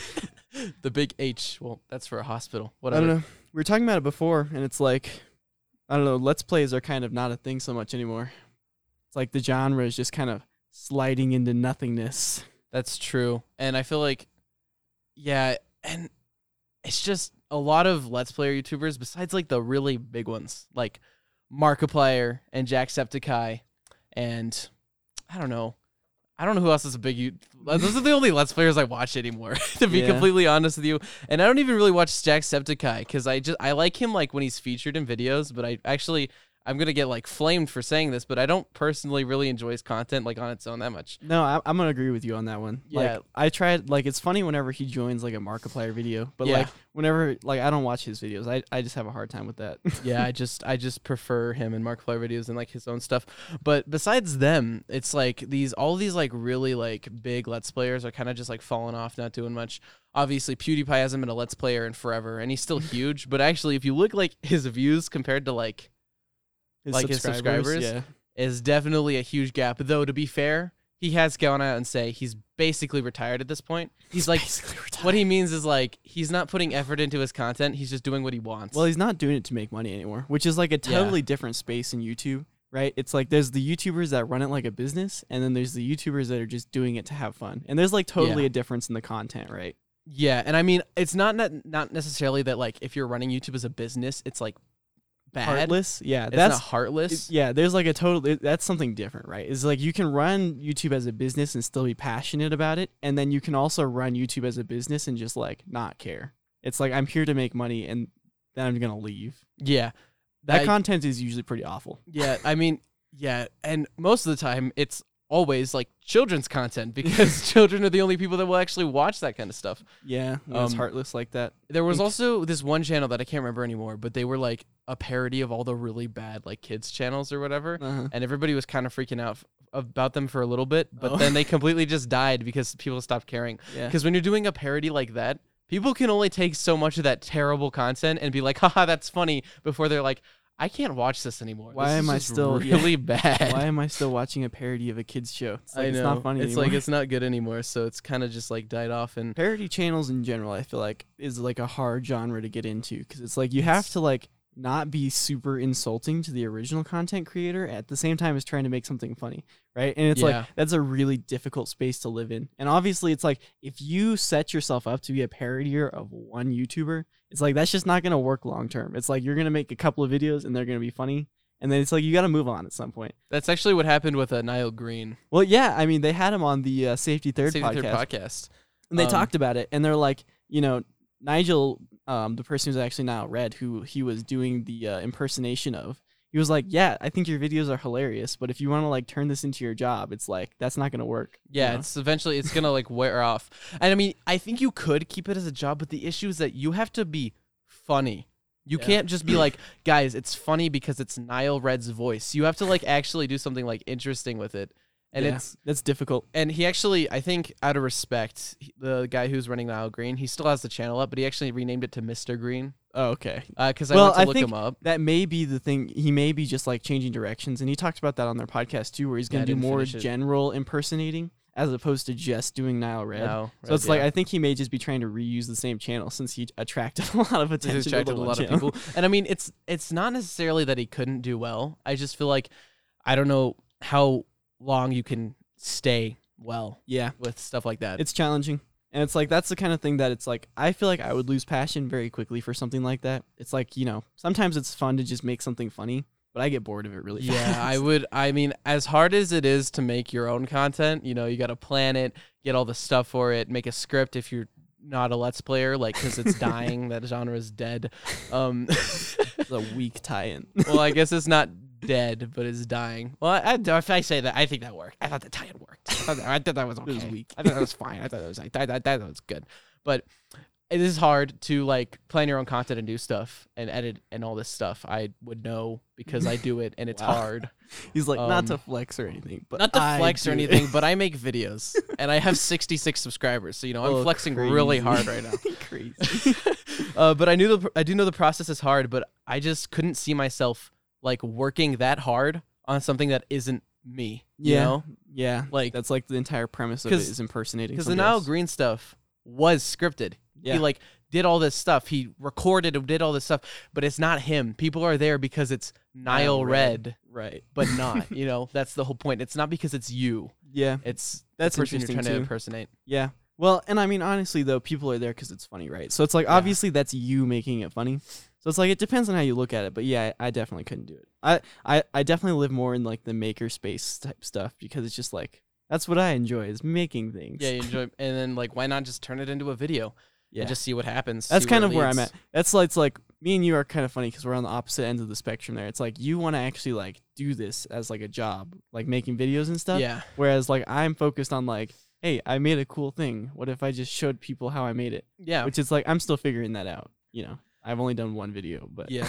S1: the big H. Well, that's for a hospital.
S2: I don't
S1: Whatever.
S2: know. We were talking about it before, and it's like, I don't know. Let's plays are kind of not a thing so much anymore. It's like the genre is just kind of sliding into nothingness.
S1: That's true, and I feel like, yeah, and it's just a lot of Let's Player YouTubers besides like the really big ones like Markiplier and Jacksepticeye, and I don't know. I don't know who else is a big. You- uh, Those are the only Let's Players I watch anymore, [laughs] to be
S2: Yeah.
S1: completely honest with you. And I don't even really watch Jacksepticeye because I just I like him like when he's featured in videos, but I actually I'm gonna get like flamed for saying this, but I don't personally really enjoy his content like on its own that much.
S2: No, I, I'm gonna agree with you on that one.
S1: Yeah.
S2: Like I tried. Like it's funny whenever he joins like a Markiplier video, but
S1: Yeah.
S2: like whenever like I don't watch his videos, I I just have a hard time with that. [laughs]
S1: yeah, I just I just prefer him and Markiplier videos and like his own stuff. But besides them, it's like these all these like really like big Let's Players are kind of just like falling off, not doing much. Obviously, PewDiePie hasn't been a Let's Player in forever, and he's still huge. But actually, if you look like his views compared to like Like his subscribers?
S2: Yeah.
S1: is definitely a huge gap. Though to be fair, he has gone out and say he's basically retired at this point. He's like what he means is like he's not putting effort into his content. He's just doing what he wants.
S2: Well, he's not doing it to make money anymore, which is like a
S1: Yeah.
S2: totally different space in YouTube, right? It's like there's the YouTubers that run it like a business, and then there's the YouTubers that are just doing it to have fun. And there's like totally
S1: Yeah.
S2: a difference in the content, right?
S1: Yeah, and I mean, it's not ne- not necessarily that like if you're running YouTube as a business, it's like bad.
S2: Heartless, yeah,
S1: It's
S2: that's
S1: not heartless.
S2: it- yeah. There's like a total. it- That's something different, right? It's like you can run YouTube as a business and still be passionate about it, and then you can also run YouTube as a business and just like not care. It's like I'm here to make money, and then I'm gonna leave.
S1: yeah,
S2: That
S1: I-
S2: content is usually pretty awful.
S1: yeah. I mean, yeah, and most of the time it's always like children's content
S2: [laughs]
S1: because children are the only people that will actually watch that kind of stuff.
S2: Yeah, when it's
S1: Um,
S2: heartless like that.
S1: There was
S2: Inc-
S1: also this one channel that I can't remember anymore, but they were like a parody of all the really bad like kids channels or whatever.
S2: Uh-huh.
S1: and everybody was kind of freaking out f- about them for a little bit, but
S2: Oh.
S1: then
S2: [laughs]
S1: they completely just died because people stopped caring.
S2: Yeah.
S1: Because when you're doing a parody like that, people can only take so much of that terrible content and be like, [laughs] haha, that's funny, before they're like, I can't watch this anymore.
S2: Why
S1: This is
S2: am I
S1: just
S2: still- [laughs] yeah.
S1: really [laughs] bad?
S2: Why am I still watching a parody of a kids show? It's like
S1: I know.
S2: it's not funny.
S1: It's
S2: [laughs] anymore.
S1: like it's not good anymore, so it's kind of just like died off
S2: [laughs]
S1: and
S2: parody channels in general. I feel like is like a hard genre to get into because it's like you have to like not be super insulting to the original content creator at the same time as trying to make something funny, right? And it's
S1: Yeah.
S2: like that's a really difficult space to live in. And obviously, it's like if you set yourself up to be a parodier of one YouTuber, it's like that's just not gonna work long term. It's like you're gonna make a couple of videos and they're gonna be funny, and then it's like you gotta move on at some point.
S1: that's actually what happened with uh, Niall Green,
S2: Well, yeah, I mean, they had him on the uh, Safety Third
S1: Save
S2: podcast,
S1: the Third podcast.
S2: and they
S1: um,
S2: talked about it, and they're like, you know, Nigel, um, the person who's actually now Red, who he was doing the uh, impersonation of, he was like, yeah, I think your videos are hilarious, but if you want to like turn this into your job, it's like that's not gonna work. you
S1: Yeah,
S2: know?
S1: it's eventually it's gonna like wear off. And I mean, I think you could keep it as a job, but the issue is that you have to be funny. You
S2: Yeah.
S1: can't just be
S2: [clears throat]
S1: like, guys, it's funny because it's Niall Red's voice. You have to like actually do something like interesting with it. And
S2: Yeah,
S1: it's
S2: that's difficult.
S1: and he actually, I think, out of respect, he- the guy who's running Niall Green, he still has the channel up, but he actually renamed it to Mr. Green
S2: Oh, okay.
S1: because I
S2: Well,
S1: went to
S2: I
S1: look
S2: think-
S1: him up.
S2: That may be the thing. He may be just like changing directions, and he talked about that on their podcast too, where he's
S1: Yeah, I
S2: going to do
S1: didn't
S2: more
S1: finish it.
S2: general impersonating as opposed to just doing Nile Red.
S1: No,
S2: So it's like I think he may just be trying to reuse the same channel since he attracted [laughs] a lot of attention.
S1: He's attracted
S2: to
S1: a
S2: the
S1: lot of people, and I mean, it's it's not necessarily that he couldn't do well. I just feel like I don't know how long you can stay well
S2: Yeah,
S1: with stuff like that.
S2: it's challenging, and it's like that's the kind of thing that it's like I feel like I would lose passion very quickly for something like that. It's like you know sometimes it's fun to just make something funny, but I get bored of it really.
S1: yeah,
S2: fast.
S1: I would. I mean, as hard as it is to make your own content, you know, you got to plan it, get all the stuff for it, make a script if you're not a let's player, like because
S2: [laughs]
S1: it's dying, that genre is dead. Um,
S2: [laughs] it's a weak tie-in. [laughs]
S1: well, I guess it's not dead, but it's dying. Well, I, I- if I say that, I think that worked. I thought the tie-in worked. I thought that, I thought that
S2: [laughs]
S1: was okay.
S2: was weak.
S1: I thought that was fine. I thought that was I thought, I thought that was good. But it is hard to like plan your own content and do stuff and edit and all this stuff. I would know because I do it and it's
S2: [laughs] Wow.
S1: hard.
S2: He's like not to
S1: Um,
S2: flex or anything, but
S1: Not to
S2: I
S1: flex or
S2: do it.
S1: anything, but
S2: [laughs]
S1: I make videos and I have 66 subscribers. So, you know, [laughs] I'm
S2: Oh,
S1: flexing really
S2: crazy.
S1: hard right now.
S2: [laughs] crazy. [laughs]
S1: [laughs] uh, but I knew the pr- I do know the process is hard, but I just couldn't see myself like working that hard on something that isn't me. You
S2: Yeah.
S1: know?
S2: Yeah,
S1: Like
S2: that's like the entire premise of it
S1: 'Cause-
S2: is impersonating.
S1: because the
S2: somebody
S1: Nile
S2: else.
S1: Green stuff was scripted.
S2: Yeah.
S1: He like did all this stuff. He recorded and did all this stuff, but it's not him. People are there because it's Nile,
S2: Nile Red.
S1: Red,
S2: right? [laughs]
S1: but not. you know, that's the whole point. It's not because it's you.
S2: Yeah,
S1: It's
S2: That's
S1: the person you're
S2: interesting,
S1: trying to
S2: too.
S1: impersonate.
S2: yeah. Well, and I mean honestly though, people are there because it's funny, right? So it's like
S1: Yeah.
S2: obviously that's you making it funny. So it's like it depends on how you look at it, but yeah, I, I definitely couldn't do it. I, I I definitely live more in like the maker space type stuff because it's just like that's what I enjoy is making things.
S1: Yeah, you enjoy, and then like, why not just turn it into a video
S2: yeah.
S1: and just see what happens?
S2: That's
S1: see
S2: kind
S1: it
S2: of where I'm
S1: leads.
S2: at. That's like, it's like me and you are kind of funny because we're on the opposite ends of the spectrum. There, it's like you want to actually like do this as like a job, like making videos and stuff.
S1: Yeah,
S2: Whereas like I'm focused on like, hey, I made a cool thing. What if I just showed people how I made it?
S1: yeah.
S2: Which is like I'm still figuring that out. You know, I've only done one video, but [laughs]
S1: Yeah.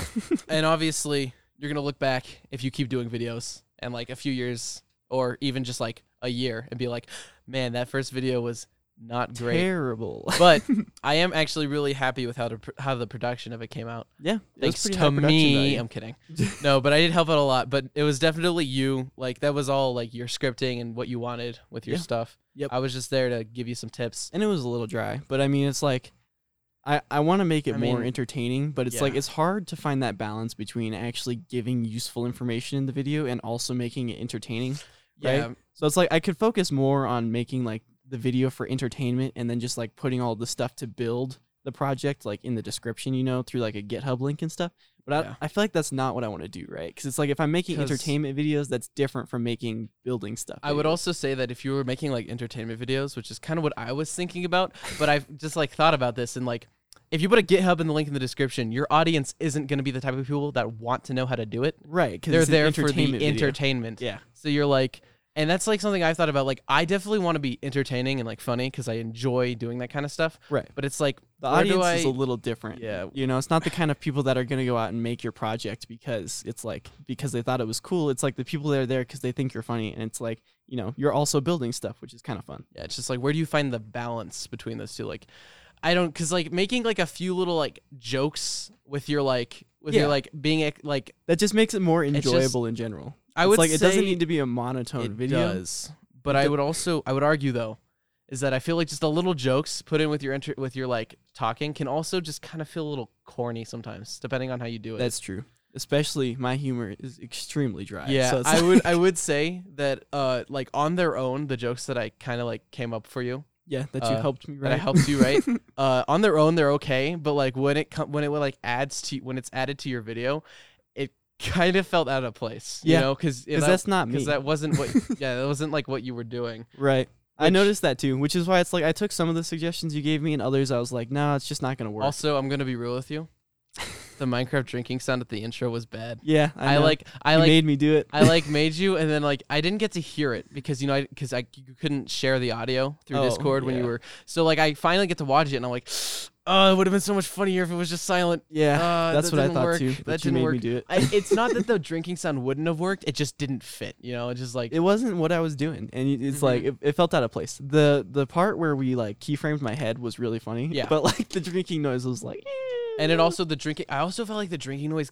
S1: and obviously you're gonna look back if you keep doing videos and like a few years or even just like a year and be like man that first video was not great
S2: terrible.
S1: but
S2: [laughs]
S1: i am actually really happy with how the, pr- how the production of it came out
S2: yeah, it was
S1: thanks
S2: pretty
S1: to
S2: high production
S1: me
S2: value.
S1: i'm
S2: [laughs]
S1: kidding no but i did help out a lot but it was definitely you like that was all like your scripting and what you wanted with your
S2: Yeah.
S1: stuff
S2: Yep.
S1: i was just there to give you some tips
S2: and it was a little dry. But I mean, it's like I, I want to make it
S1: I
S2: more
S1: mean,
S2: entertaining, but it's like
S1: yeah.
S2: it's hard to find that balance between actually giving useful information in the video and also making it entertaining.
S1: yeah
S2: So it's like I could focus more on making like the video for entertainment and then just like putting all the stuff to build the project like in the description, you know, through like a GitHub link and stuff. But I,
S1: Yeah.
S2: I feel like that's not what I want to do, right? Because it's like if I'm making
S1: 'Cause-
S2: entertainment videos, that's different from making building stuff.
S1: I would
S2: videos.
S1: also say that if you were making like entertainment videos, which is kind of what I was thinking about, but I've [laughs] just like thought about this and like if you put a GitHub in the link in the description, your audience isn't going to be the type of people that want to know how to do it.
S2: right because
S1: They're there for the entertainment.
S2: Yeah.
S1: So you're like, and that's like something I've thought about. Like, I definitely want to be entertaining and like funny because I enjoy doing that kind of stuff.
S2: Right.
S1: But it's like
S2: the
S1: where do
S2: audience is a
S1: I-
S2: little different.
S1: Yeah.
S2: You know, it's not the kind of people that are going to go out and make your project because it's like because they thought it was cool. It's like the people that are there because they think you're funny, and it's like you know you're also building stuff, which is kind of fun.
S1: Yeah, it's just like where do you find the balance between those two? Like, I don't because like making like a few little like jokes with your like with
S2: Yeah.
S1: your like being ec- like
S2: That just makes it more
S1: just-
S2: enjoyable in general.
S1: I
S2: It's
S1: would
S2: like it doesn't
S1: say-
S2: need to be a monotone
S1: it
S2: video.
S1: does. But I would also I would argue though is that I feel like just the little jokes put in with your inter- with your like talking can also just kind of feel a little corny sometimes depending on how you do it.
S2: That's true. Especially my humor is extremely dry.
S1: yeah,
S2: so it's
S1: I
S2: like-
S1: would I would say that uh like on their own the jokes that I kind of like came up for you
S2: [laughs] yeah, that you
S1: uh,
S2: helped me. Right?
S1: that I helped you
S2: [laughs]
S1: right uh on their own they're okay but like when it com- when it like adds to when it's added to your video it [laughs] kind of felt out of place
S2: Yeah,
S1: you know cuz
S2: because that's not me.
S1: cuz that wasn't
S2: [laughs]
S1: what yeah that wasn't like what you were doing
S2: Right. I
S1: Which-
S2: noticed that too, which is why it's like I took some of the suggestions you gave me and others I was like, no, it's just not gonna work.
S1: Also, I'm gonna be real with you. The Minecraft drinking sound at the intro was bad.
S2: yeah,
S1: I,
S2: know.
S1: like I
S2: You
S1: like
S2: made me do it.
S1: I like made you, and then like I didn't get to hear it because you know because I, you couldn't share the audio through
S2: Oh,
S1: Discord when you
S2: yeah.
S1: were so like I finally get to watch it, and I'm like, [gasps] oh, it would have been so much funnier if it was just silent.
S2: [laughs] yeah,
S1: Uh,
S2: that's
S1: that
S2: what I
S1: didn't
S2: thought
S1: work.
S2: too.
S1: That
S2: But you
S1: didn't
S2: made me
S1: work.
S2: do it.
S1: I, it's not that the drinking sound wouldn't have worked; it just didn't fit. You know, it just like
S2: it wasn't what I was doing, and it- it's
S1: Mhm.
S2: like it, it felt out of place. the The part where we like keyframed my head was really funny.
S1: Yeah.
S2: but like the drinking noise was like. "Eh."
S1: And it also the drinking. I also felt like the drinking noise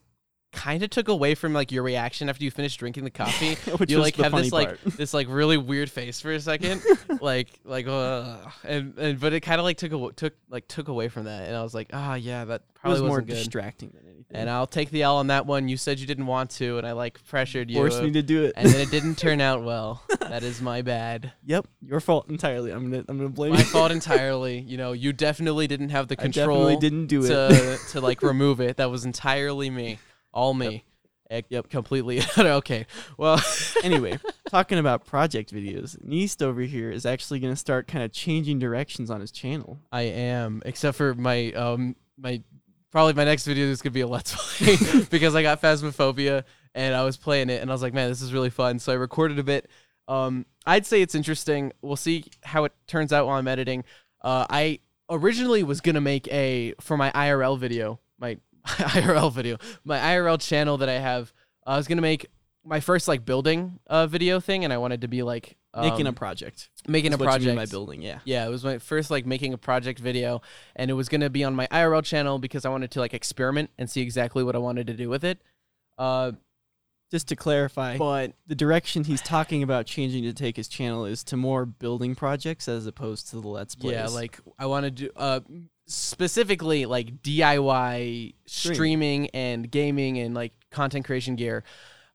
S1: kind of took away from like your reaction after you finished drinking the coffee.
S2: [laughs] Which
S1: you
S2: was
S1: like
S2: the
S1: have
S2: funny
S1: this
S2: part.
S1: like this like really weird face for a
S2: [laughs]
S1: second, like like uh, and and but it kind of like took aw- took like took away from that, and I was like, ah, yeah, that
S2: It
S1: probably
S2: was more
S1: wasn't good.
S2: distracting than anything.
S1: and I'll take the L on that one. You said you didn't want to, and I like pressured you,
S2: forced me to do it.
S1: and then it didn't turn out well. That is my bad,
S2: [laughs] yep, your fault entirely. I'm gonna I'm gonna blame
S1: my
S2: you.
S1: fault entirely. You know, you definitely didn't have the
S2: I
S1: control
S2: definitely didn't do it.
S1: to to like remove it. That was entirely me, all me. Yep, yep. completely. [laughs] okay, well,
S2: [laughs]
S1: [laughs]
S2: anyway, talking about project videos, Neist over here is actually gonna start kind of changing directions on his channel.
S1: I am, except for my um my probably my next video is gonna be a let's
S2: [laughs]
S1: play [laughs] because I got phasmophobia and I was playing it and I was like, man, this is really fun. So I recorded a bit. Um, I'd say it's interesting. We'll see how it turns out while I'm editing. Uh, I originally was gonna make a for my IRL video, my [laughs] IRL video, my IRL channel that I have. I was gonna make my first like building uh video thing, and I wanted to be like
S2: making a
S1: um,
S2: project.
S1: making a
S2: is what you mean
S1: project.
S2: by building, yeah.
S1: Yeah, it was my first like making a project video, and it was gonna be on my IRL channel because I wanted to like experiment and see exactly what I wanted to do with it. Uh,
S2: Just to clarify,
S1: but
S2: the direction he's talking about changing to take his channel is to more building projects as opposed to the let's plays.
S1: yeah, like I want to do uh specifically like DIY
S2: Stream.
S1: streaming and gaming and like content creation gear,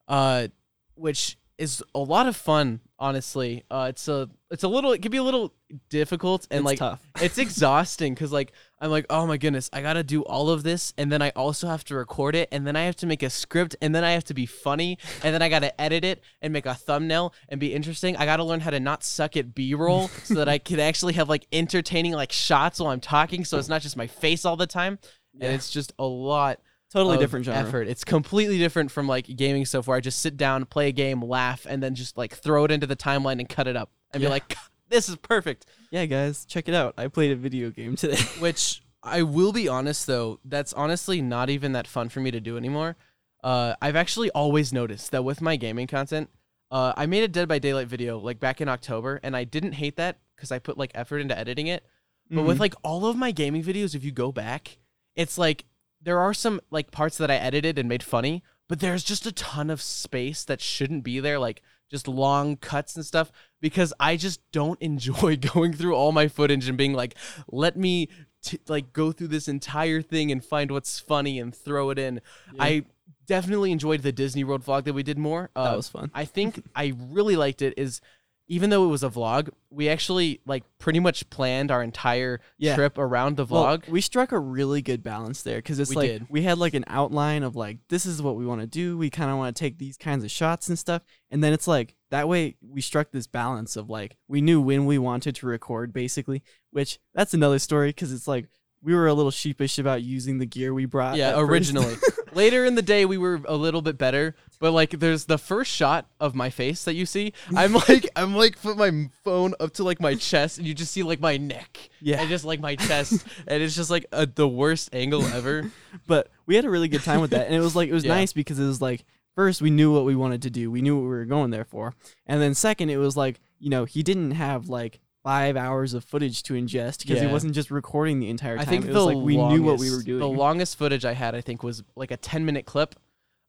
S1: uh, which is a lot of fun. Honestly, uh, it's a it's a little it can be a little difficult and
S2: it's
S1: like
S2: tough.
S1: it's exhausting because like i'm like oh my goodness i gotta do all of this and then i also have to record it and then i have to make a script and then i have to be funny and then i gotta edit it and make a thumbnail and be interesting i gotta learn how to not suck at b-roll so that
S2: [laughs]
S1: i can actually have like entertaining like shots while i'm talking so it's not just my face all the time
S2: Yeah.
S1: and it's just a lot
S2: Totally
S1: of
S2: different genre.
S1: effort it's completely different from like gaming stuff where i just sit down play a game laugh and then just like throw it into the timeline and cut it up and
S2: Yeah.
S1: be like this is perfect
S2: Yeah, guys, check it out. I played a video game today. [laughs]
S1: [laughs] which I will be honest though, that's honestly not even that fun for me to do anymore. Uh, I've actually always noticed that with my gaming content, uh, I made a Dead by Daylight video like back in October, and I didn't hate that because I put like effort into editing it. But
S2: Mm-hmm.
S1: with like all of my gaming videos, if you go back, it's like there are some like parts that I edited and made funny, but there's just a ton of space that shouldn't be there, like just long cuts and stuff, because I just don't [laughs] enjoy going through all my footage and being like, let me t- like go through this entire thing and find what's funny and throw it in.
S2: Yeah.
S1: I definitely enjoyed the Disney World vlog that we did more. Uh,
S2: that was fun.
S1: I think I really liked it is even though it was a vlog, we actually like pretty much planned our entire
S2: Yeah.
S1: trip around the vlog.
S2: Well, we struck a really good balance there because it's
S1: We
S2: like
S1: did.
S2: we had like an outline of like this is what we want to do. We kind of want to take these kinds of shots and stuff, and then it's like that way we struck this balance of like we knew when we wanted to record basically, which that's another story because it's like we were a little sheepish about using the gear we brought. uh, at
S1: yeah,
S2: first. [laughs]
S1: originally. Later in the day we were a little bit better, but like there's the first shot of my face that you see.
S2: [laughs]
S1: I'm like I'm like put my phone up to like my chest and you just see like my neck.
S2: Yeah.
S1: And just like my chest and it's just like a, the worst angle
S2: [laughs]
S1: ever.
S2: but we had a really good time with that and it was like it
S1: [laughs]
S2: was
S1: Yeah.
S2: nice because it was like first we knew what we wanted to do we knew what we were going there for and then second it was like you know he didn't have like five hours of footage to ingest because he
S1: Yeah.
S2: wasn't just recording the entire
S1: I
S2: time
S1: think
S2: it
S1: the
S2: was like we knew what we were
S1: longest-
S2: doing
S1: The longest footage I had I think was like a 10 minute clip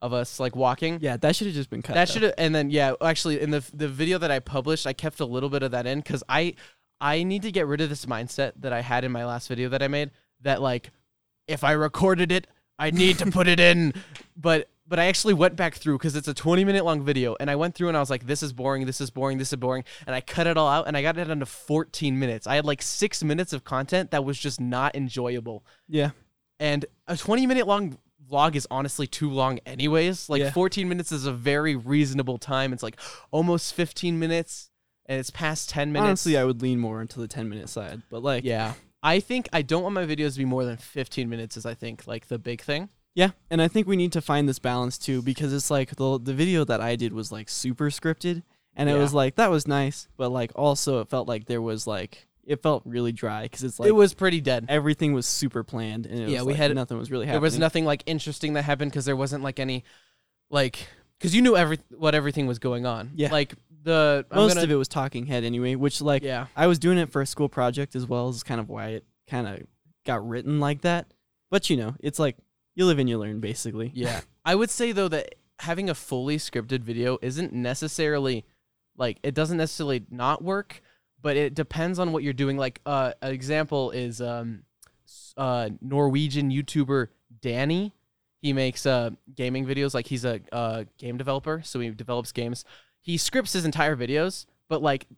S1: of us like walking.
S2: yeah that should have just been cut
S1: that
S2: though.
S1: should have and then yeah actually in the the video that i published i kept a little bit of that in because i i need to get rid of this mindset that i had in my last video that i made that like if i recorded it i need to put it
S2: [laughs]
S1: in but but i actually went back through because it's a 20 minute long video and i went through and i was like this is boring this is boring this is boring and i cut it all out and i got it down to 14 minutes i had like six minutes of content that was just not enjoyable
S2: yeah
S1: and a 20 minute long vlog is honestly too long anyways like
S2: Yeah.
S1: 14 minutes is a very reasonable time it's like almost 15 minutes and it's past 10 minutes
S2: honestly i would lean more into the 10 minute side but like
S1: yeah i think i don't want my videos to be more than 15 minutes is i think like the big thing
S2: Yeah, and I think we need to find this balance too because it's like the the video that I did was like super scripted and it
S1: Yeah.
S2: was like that was nice, but like also it felt like there was like it felt really dry cuz it's like
S1: it was pretty dead
S2: everything was super planned and it
S1: Yeah,
S2: was
S1: we
S2: like,
S1: had-
S2: nothing was really happening.
S1: there was nothing like interesting that happened because there wasn't like any like because you knew every what everything was going on
S2: Yeah.
S1: like the I'm
S2: Most
S1: gonna-
S2: of it was talking head anyway, which like
S1: yeah
S2: I was doing it for a school project as well as kind of why it kind of got written like that. But you know, it's like you live and you learn basically.
S1: Yeah. I would say though that having a fully scripted video isn't necessarily like it doesn't necessarily not work, but it depends on what you're doing. Like uh, an example is um s- uh Norwegian YouTuber Danny. He makes uh gaming videos like he's a uh game developer, so he develops games. He scripts his entire videos, but like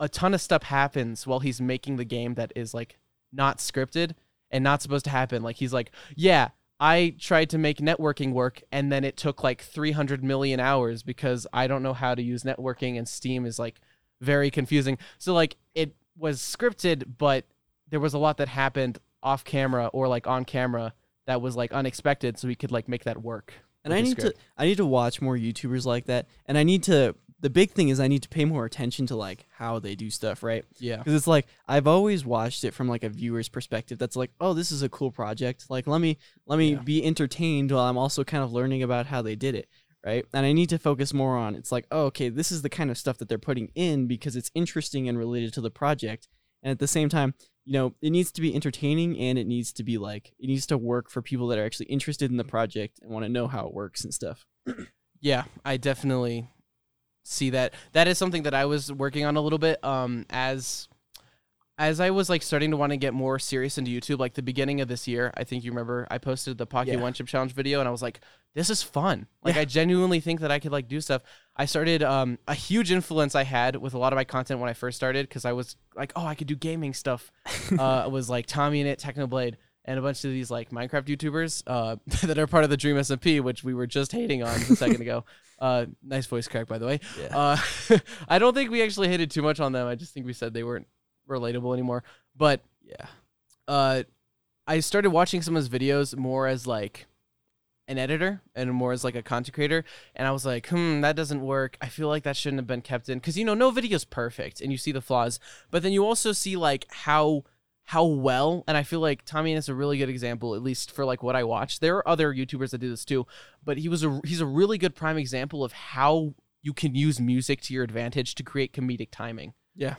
S1: a ton of stuff happens while he's making the game that is like not scripted and not supposed to happen. Like he's like, yeah, I tried to make networking work and then it took like 300 million hours because I don't know how to use networking and Steam is like very confusing. So like it was scripted but there was a lot that happened off camera or like on camera that was like unexpected so we could like make that work.
S2: And
S1: with
S2: I
S1: the
S2: need to
S1: script.
S2: I need to watch more YouTubers like that. And I need to the big thing is I need to pay more attention to like how they do stuff, right?
S1: yeah.
S2: Because it's like I've always watched it from like a viewer's perspective. That's like, oh, this is a cool project. Like let me let me
S1: Yeah.
S2: be entertained while I'm also kind of learning about how they did it, right? And I need to focus more on it's like, oh, okay, this is the kind of stuff that they're putting in because it's interesting and related to the project. And at the same time, you know, it needs to be entertaining and it needs to be like it needs to work for people that are actually interested in the project and want to know how it works and stuff.
S1: Yeah, I definitely see that. That is something that I was working on a little bit. Um, as as I was like starting to want to get more serious into YouTube, like the beginning of this year, I think you remember I posted the Pocket
S2: Yeah.
S1: One Chip Challenge video, and I was like, "This is fun." Like,
S2: Yeah.
S1: I genuinely think that I could like do stuff. I started um a huge influence I had with a lot of my content when I first started because I was like, "Oh, I could do gaming stuff." [laughs] uh, was like Tommy and it, Technoblade. And a bunch of these like Minecraft YouTubers uh, [laughs] that are part of the Dream SMP, which we were just hating on a second
S2: [laughs]
S1: ago. Uh, nice voice crack, by the way.
S2: Yeah.
S1: Uh, [laughs] I don't think we actually hated too much on them. I just think we said they weren't relatable anymore. But
S2: yeah.
S1: uh, I started watching some of his videos more as like an editor and more as like a content creator. And I was like, hmm, that doesn't work. I feel like that shouldn't have been kept in because you know no video's perfect, and you see the flaws, but then you also see like how how well and i feel like tommy is a really good example at least for like what i watch there are other youtubers that do this too but he was a he's a really good prime example of how you can use music to your advantage to create comedic timing
S2: And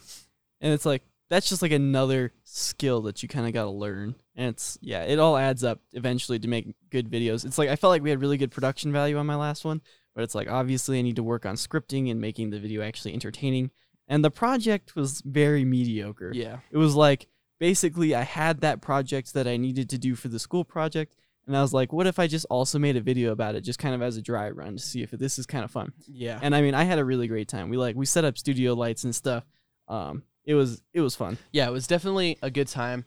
S2: it's like that's just like another skill that you kind of got to learn. And it's yeah, it all adds up eventually to make good videos. It's like I felt like we had really good production value on my last one, but it's like obviously I need to work on scripting and making the video actually entertaining. And the project was very mediocre.
S1: yeah
S2: It was like basically I had that project that I needed to do for the school project and I was like, what if I just also made a video about it just kind of as a dry run to see if this is kind of fun
S1: yeah
S2: and I mean, I had a really great time. We like we set up studio lights and stuff. Um, it was it was fun.
S1: yeah, it was definitely a good time.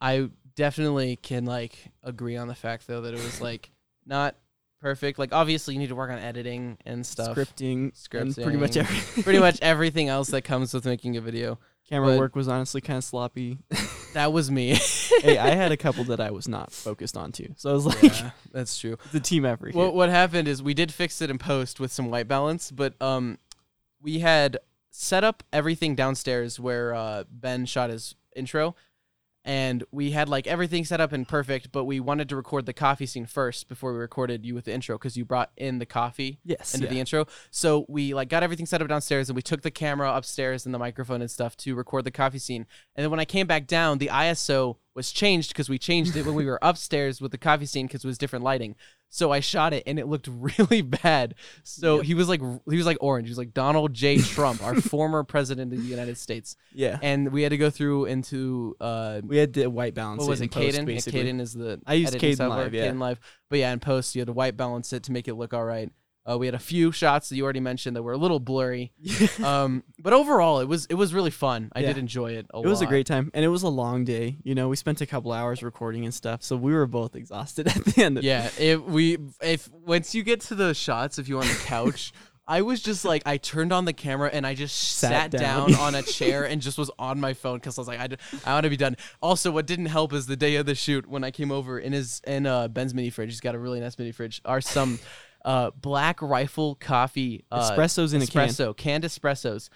S1: I definitely can like agree on the fact though that it was like not perfect. Like obviously you need to work on editing and stuff.
S2: Scripting, and [laughs] pretty
S1: Scripting. [laughs]
S2: much everything.
S1: Pretty much everything else that comes with making a video.
S2: camera
S1: but-
S2: work was honestly kind
S1: [laughs]
S2: of sloppy.
S1: That was me.
S2: hey, I had a couple that I was not focused on too, so I was
S1: [laughs]
S2: like,
S1: yeah, that's true.
S2: it's a team effort. here.
S1: What what happened is we did fix it in post with some white balance, but um we had set up everything downstairs where uh Ben shot his intro and we had like everything set up and perfect, but we wanted to record the coffee scene first before we recorded you with the intro cuz you brought in the coffee
S2: yes,
S1: into
S2: yeah.
S1: the intro. So we like got everything set up downstairs and we took the camera upstairs and the microphone and stuff to record the coffee scene. And then when I came back down, the ISO was changed because we changed it when we were [laughs] upstairs with the coffee scene because it was different lighting. So I shot it and it looked [laughs] really bad. So
S2: Yep.
S1: he was like he was like orange. He was like Donald J. Trump, our former president of the United States.
S2: yeah.
S1: And we had to go through into uh
S2: We had the white balance.
S1: what was
S2: in
S1: it,
S2: post,
S1: Caden?
S2: basically.
S1: Caden is the
S2: I used
S1: editing
S2: Caden
S1: software,
S2: Live, yeah.
S1: Caden Live. But yeah, in post you had to white balance it to make it look all right. Uh, we had a few shots that you already mentioned that were a little
S2: [laughs]
S1: blurry.
S2: it
S1: Um, but overall, it was it was really fun. I
S2: Yeah.
S1: did enjoy it. A
S2: was a
S1: lot.
S2: great time, and it was a long day. You know, we spent a couple hours recording and stuff, so we were both exhausted [laughs] at the end. of
S1: Yeah, if we if once you get to the shots, if you on the couch, I was just like I turned on the camera and I just sat,
S2: Sat
S1: down.
S2: down.
S1: on a chair and just was on my phone because I was like I, d- I want to be done. Also, what didn't help is the day of the shoot when I came over in his in uh, Ben's mini fridge. He's got a really nice mini fridge. Are some uh, black rifle coffee uh,
S2: Espressos in a can.
S1: espresso canned espressos.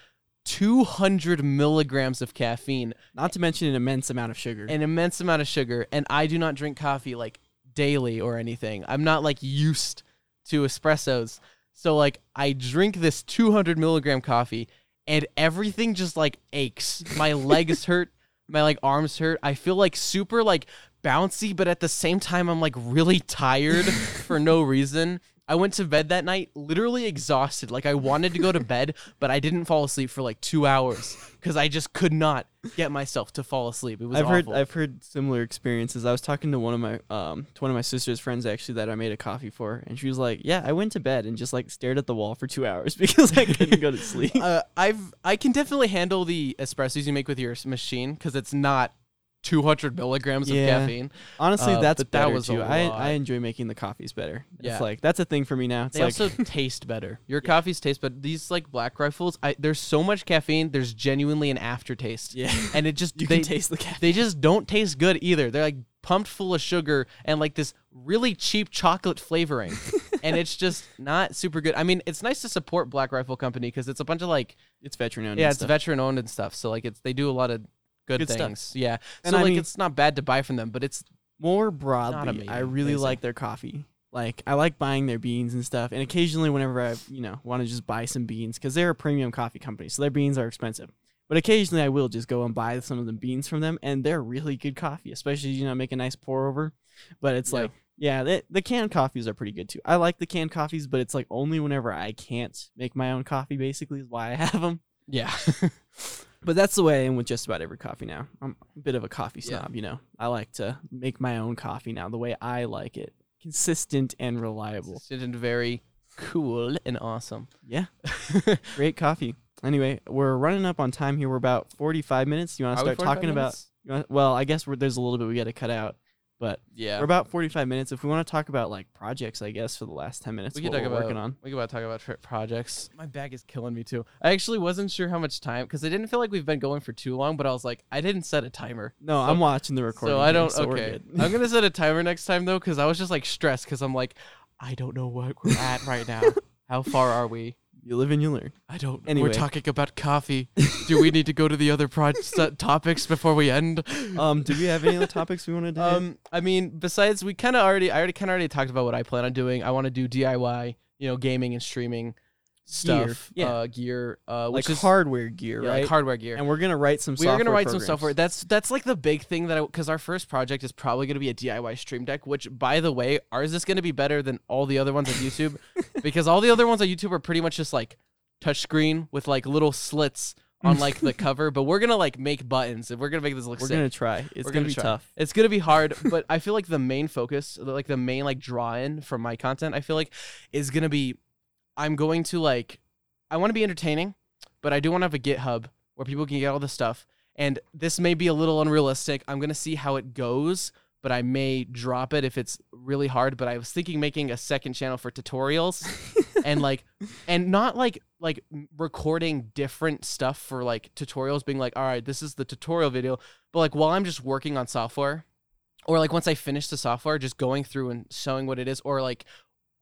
S1: 200 milligrams of caffeine,
S2: Not to mention an immense amount of sugar.
S1: an immense amount of sugar and I do not drink coffee like daily or anything. I'm not like used to espressos. So like I drink this 200 milligram coffee and everything just like aches. My legs hurt. My like arms hurt. I feel like super like bouncy, but at the same time, I'm like really
S2: [laughs]
S1: tired for no reason. I went to bed that night literally exhausted. Like I wanted to go to bed, but I didn't fall asleep for like two hours because I just could not get myself to fall asleep. It was
S2: I've heard
S1: awful.
S2: I've heard similar experiences. I was talking to one of my um to one of my sister's friends actually that I made a coffee for, and she was like, "Yeah, I went to bed and just like stared at the wall for two [laughs] hours because I couldn't go to sleep."
S1: uh, I've I can definitely handle the espressos you make with your s- machine because it's not 200 milligrams
S2: Yeah.
S1: of caffeine.
S2: [laughs] Honestly,
S1: Uh,
S2: that's
S1: but that
S2: better
S1: was a
S2: too. I,
S1: lot.
S2: I enjoy making the coffees better.
S1: Yeah.
S2: It's like that's a thing for me now. It's
S1: they [laughs]
S2: like
S1: also taste better. Your coffees taste better. These like black rifles, I, there's so much caffeine. There's genuinely an aftertaste,
S2: [laughs] yeah,
S1: and it just
S2: [laughs] you
S1: they
S2: can taste the caffeine.
S1: they just don't taste good either. They're like pumped full of sugar and like this really cheap chocolate
S2: [laughs]
S1: flavoring, and it's just not super good. I mean, it's nice to support Black Rifle Company because it's a bunch of like
S2: It's veteran owned.
S1: yeah,
S2: and
S1: it's
S2: stuff.
S1: veteran owned and stuff. So like it's they do a lot of good,
S2: Good stuff.
S1: things. Yeah,
S2: And
S1: so
S2: I
S1: like
S2: mean-
S1: it's not bad to buy from them, but it's
S2: more broadly,
S1: amazing,
S2: I really
S1: amazing.
S2: like their coffee. Like I like buying their beans and stuff, and occasionally whenever I you know want to just buy some beans because they're a premium coffee company, so their beans are expensive. But occasionally I will just go and buy some of the beans from them, and they're really good coffee, especially you know make a nice pour over. But it's
S1: Yeah.
S2: like yeah, the, the canned coffees are pretty good too. I like the canned coffees, but it's like only whenever I can't make my own coffee. Basically, is why I [laughs] have them.
S1: yeah. [laughs]
S2: But that's the way I am with just about every coffee now. I'm a bit of a coffee
S1: Yeah.
S2: snob, you know. I like to make my own coffee now, the way I like it. Consistent and reliable.
S1: it's very cool and awesome.
S2: Yeah. [laughs] Great coffee. Anyway, we're running up on time here. We're about 45 minutes. You want to
S1: Are we
S2: start
S1: 45
S2: talking about
S1: minutes?
S2: you wanna, well, I guess we're, there's a little bit we got to cut out, but
S1: yeah.
S2: we're about 45 minutes if we want to talk about like projects, I guess for the last 10 minutes
S1: we
S2: what
S1: could talk
S2: we're
S1: about
S2: working on.
S1: We could about talk about trip projects. My bag is killing me too. I actually wasn't sure how much time because I didn't feel like we've been going for too long, but I was like, I didn't set a timer.
S2: No, I'm watching the recording.
S1: So I
S2: here,
S1: don't.
S2: so we're
S1: okay,
S2: good. [laughs]
S1: I'm gonna set a timer next time though, because I was just like stressed, because I'm like, I don't know what we're at right
S2: [laughs]
S1: now. How far are we?
S2: you live and you learn.
S1: I don't.
S2: Anyway.
S1: We're talking about
S2: [laughs]
S1: coffee. Do we need to go to the other pro- s- topics before we end?
S2: Um, do we have any other topics
S1: [laughs]
S2: we wanted to hit?
S1: Um, I mean, besides, we kind of already, I already kind of already talked about what I plan on doing. I want to do DIY, you know, gaming and streaming stuff,
S2: yeah.
S1: uh, gear, uh, which
S2: like
S1: is
S2: hardware gear,
S1: yeah,
S2: right?
S1: like hardware gear.
S2: and we're gonna write some.
S1: we are gonna
S2: software
S1: write some
S2: programs.
S1: software. That's that's like the big thing that because our first project is probably gonna be a DIY stream deck. Which, by the way, ours is gonna be better than all the other ones on
S2: [laughs]
S1: YouTube because all the other ones on YouTube are pretty much just like touchscreen with like little slits on like
S2: [laughs]
S1: the cover. But we're gonna like make buttons and we're gonna make this look
S2: We're
S1: sick.
S2: gonna try. It's
S1: We're
S2: gonna,
S1: gonna
S2: be
S1: try.
S2: tough.
S1: It's gonna be hard, but I feel like the main focus, like the main like draw in from my content, I feel like is gonna be I'm going to like I wanna be entertaining, but I do wanna have a GitHub where people can get all this stuff. And this may be a little unrealistic. I'm gonna see how it goes, but I may drop it if it's really hard. But I was thinking making a second channel for
S2: [laughs]
S1: tutorials and like and not like like recording different stuff for like tutorials being like all right this is the tutorial video but like while i'm just working on software or like once i finish the software just going through and showing what it is or like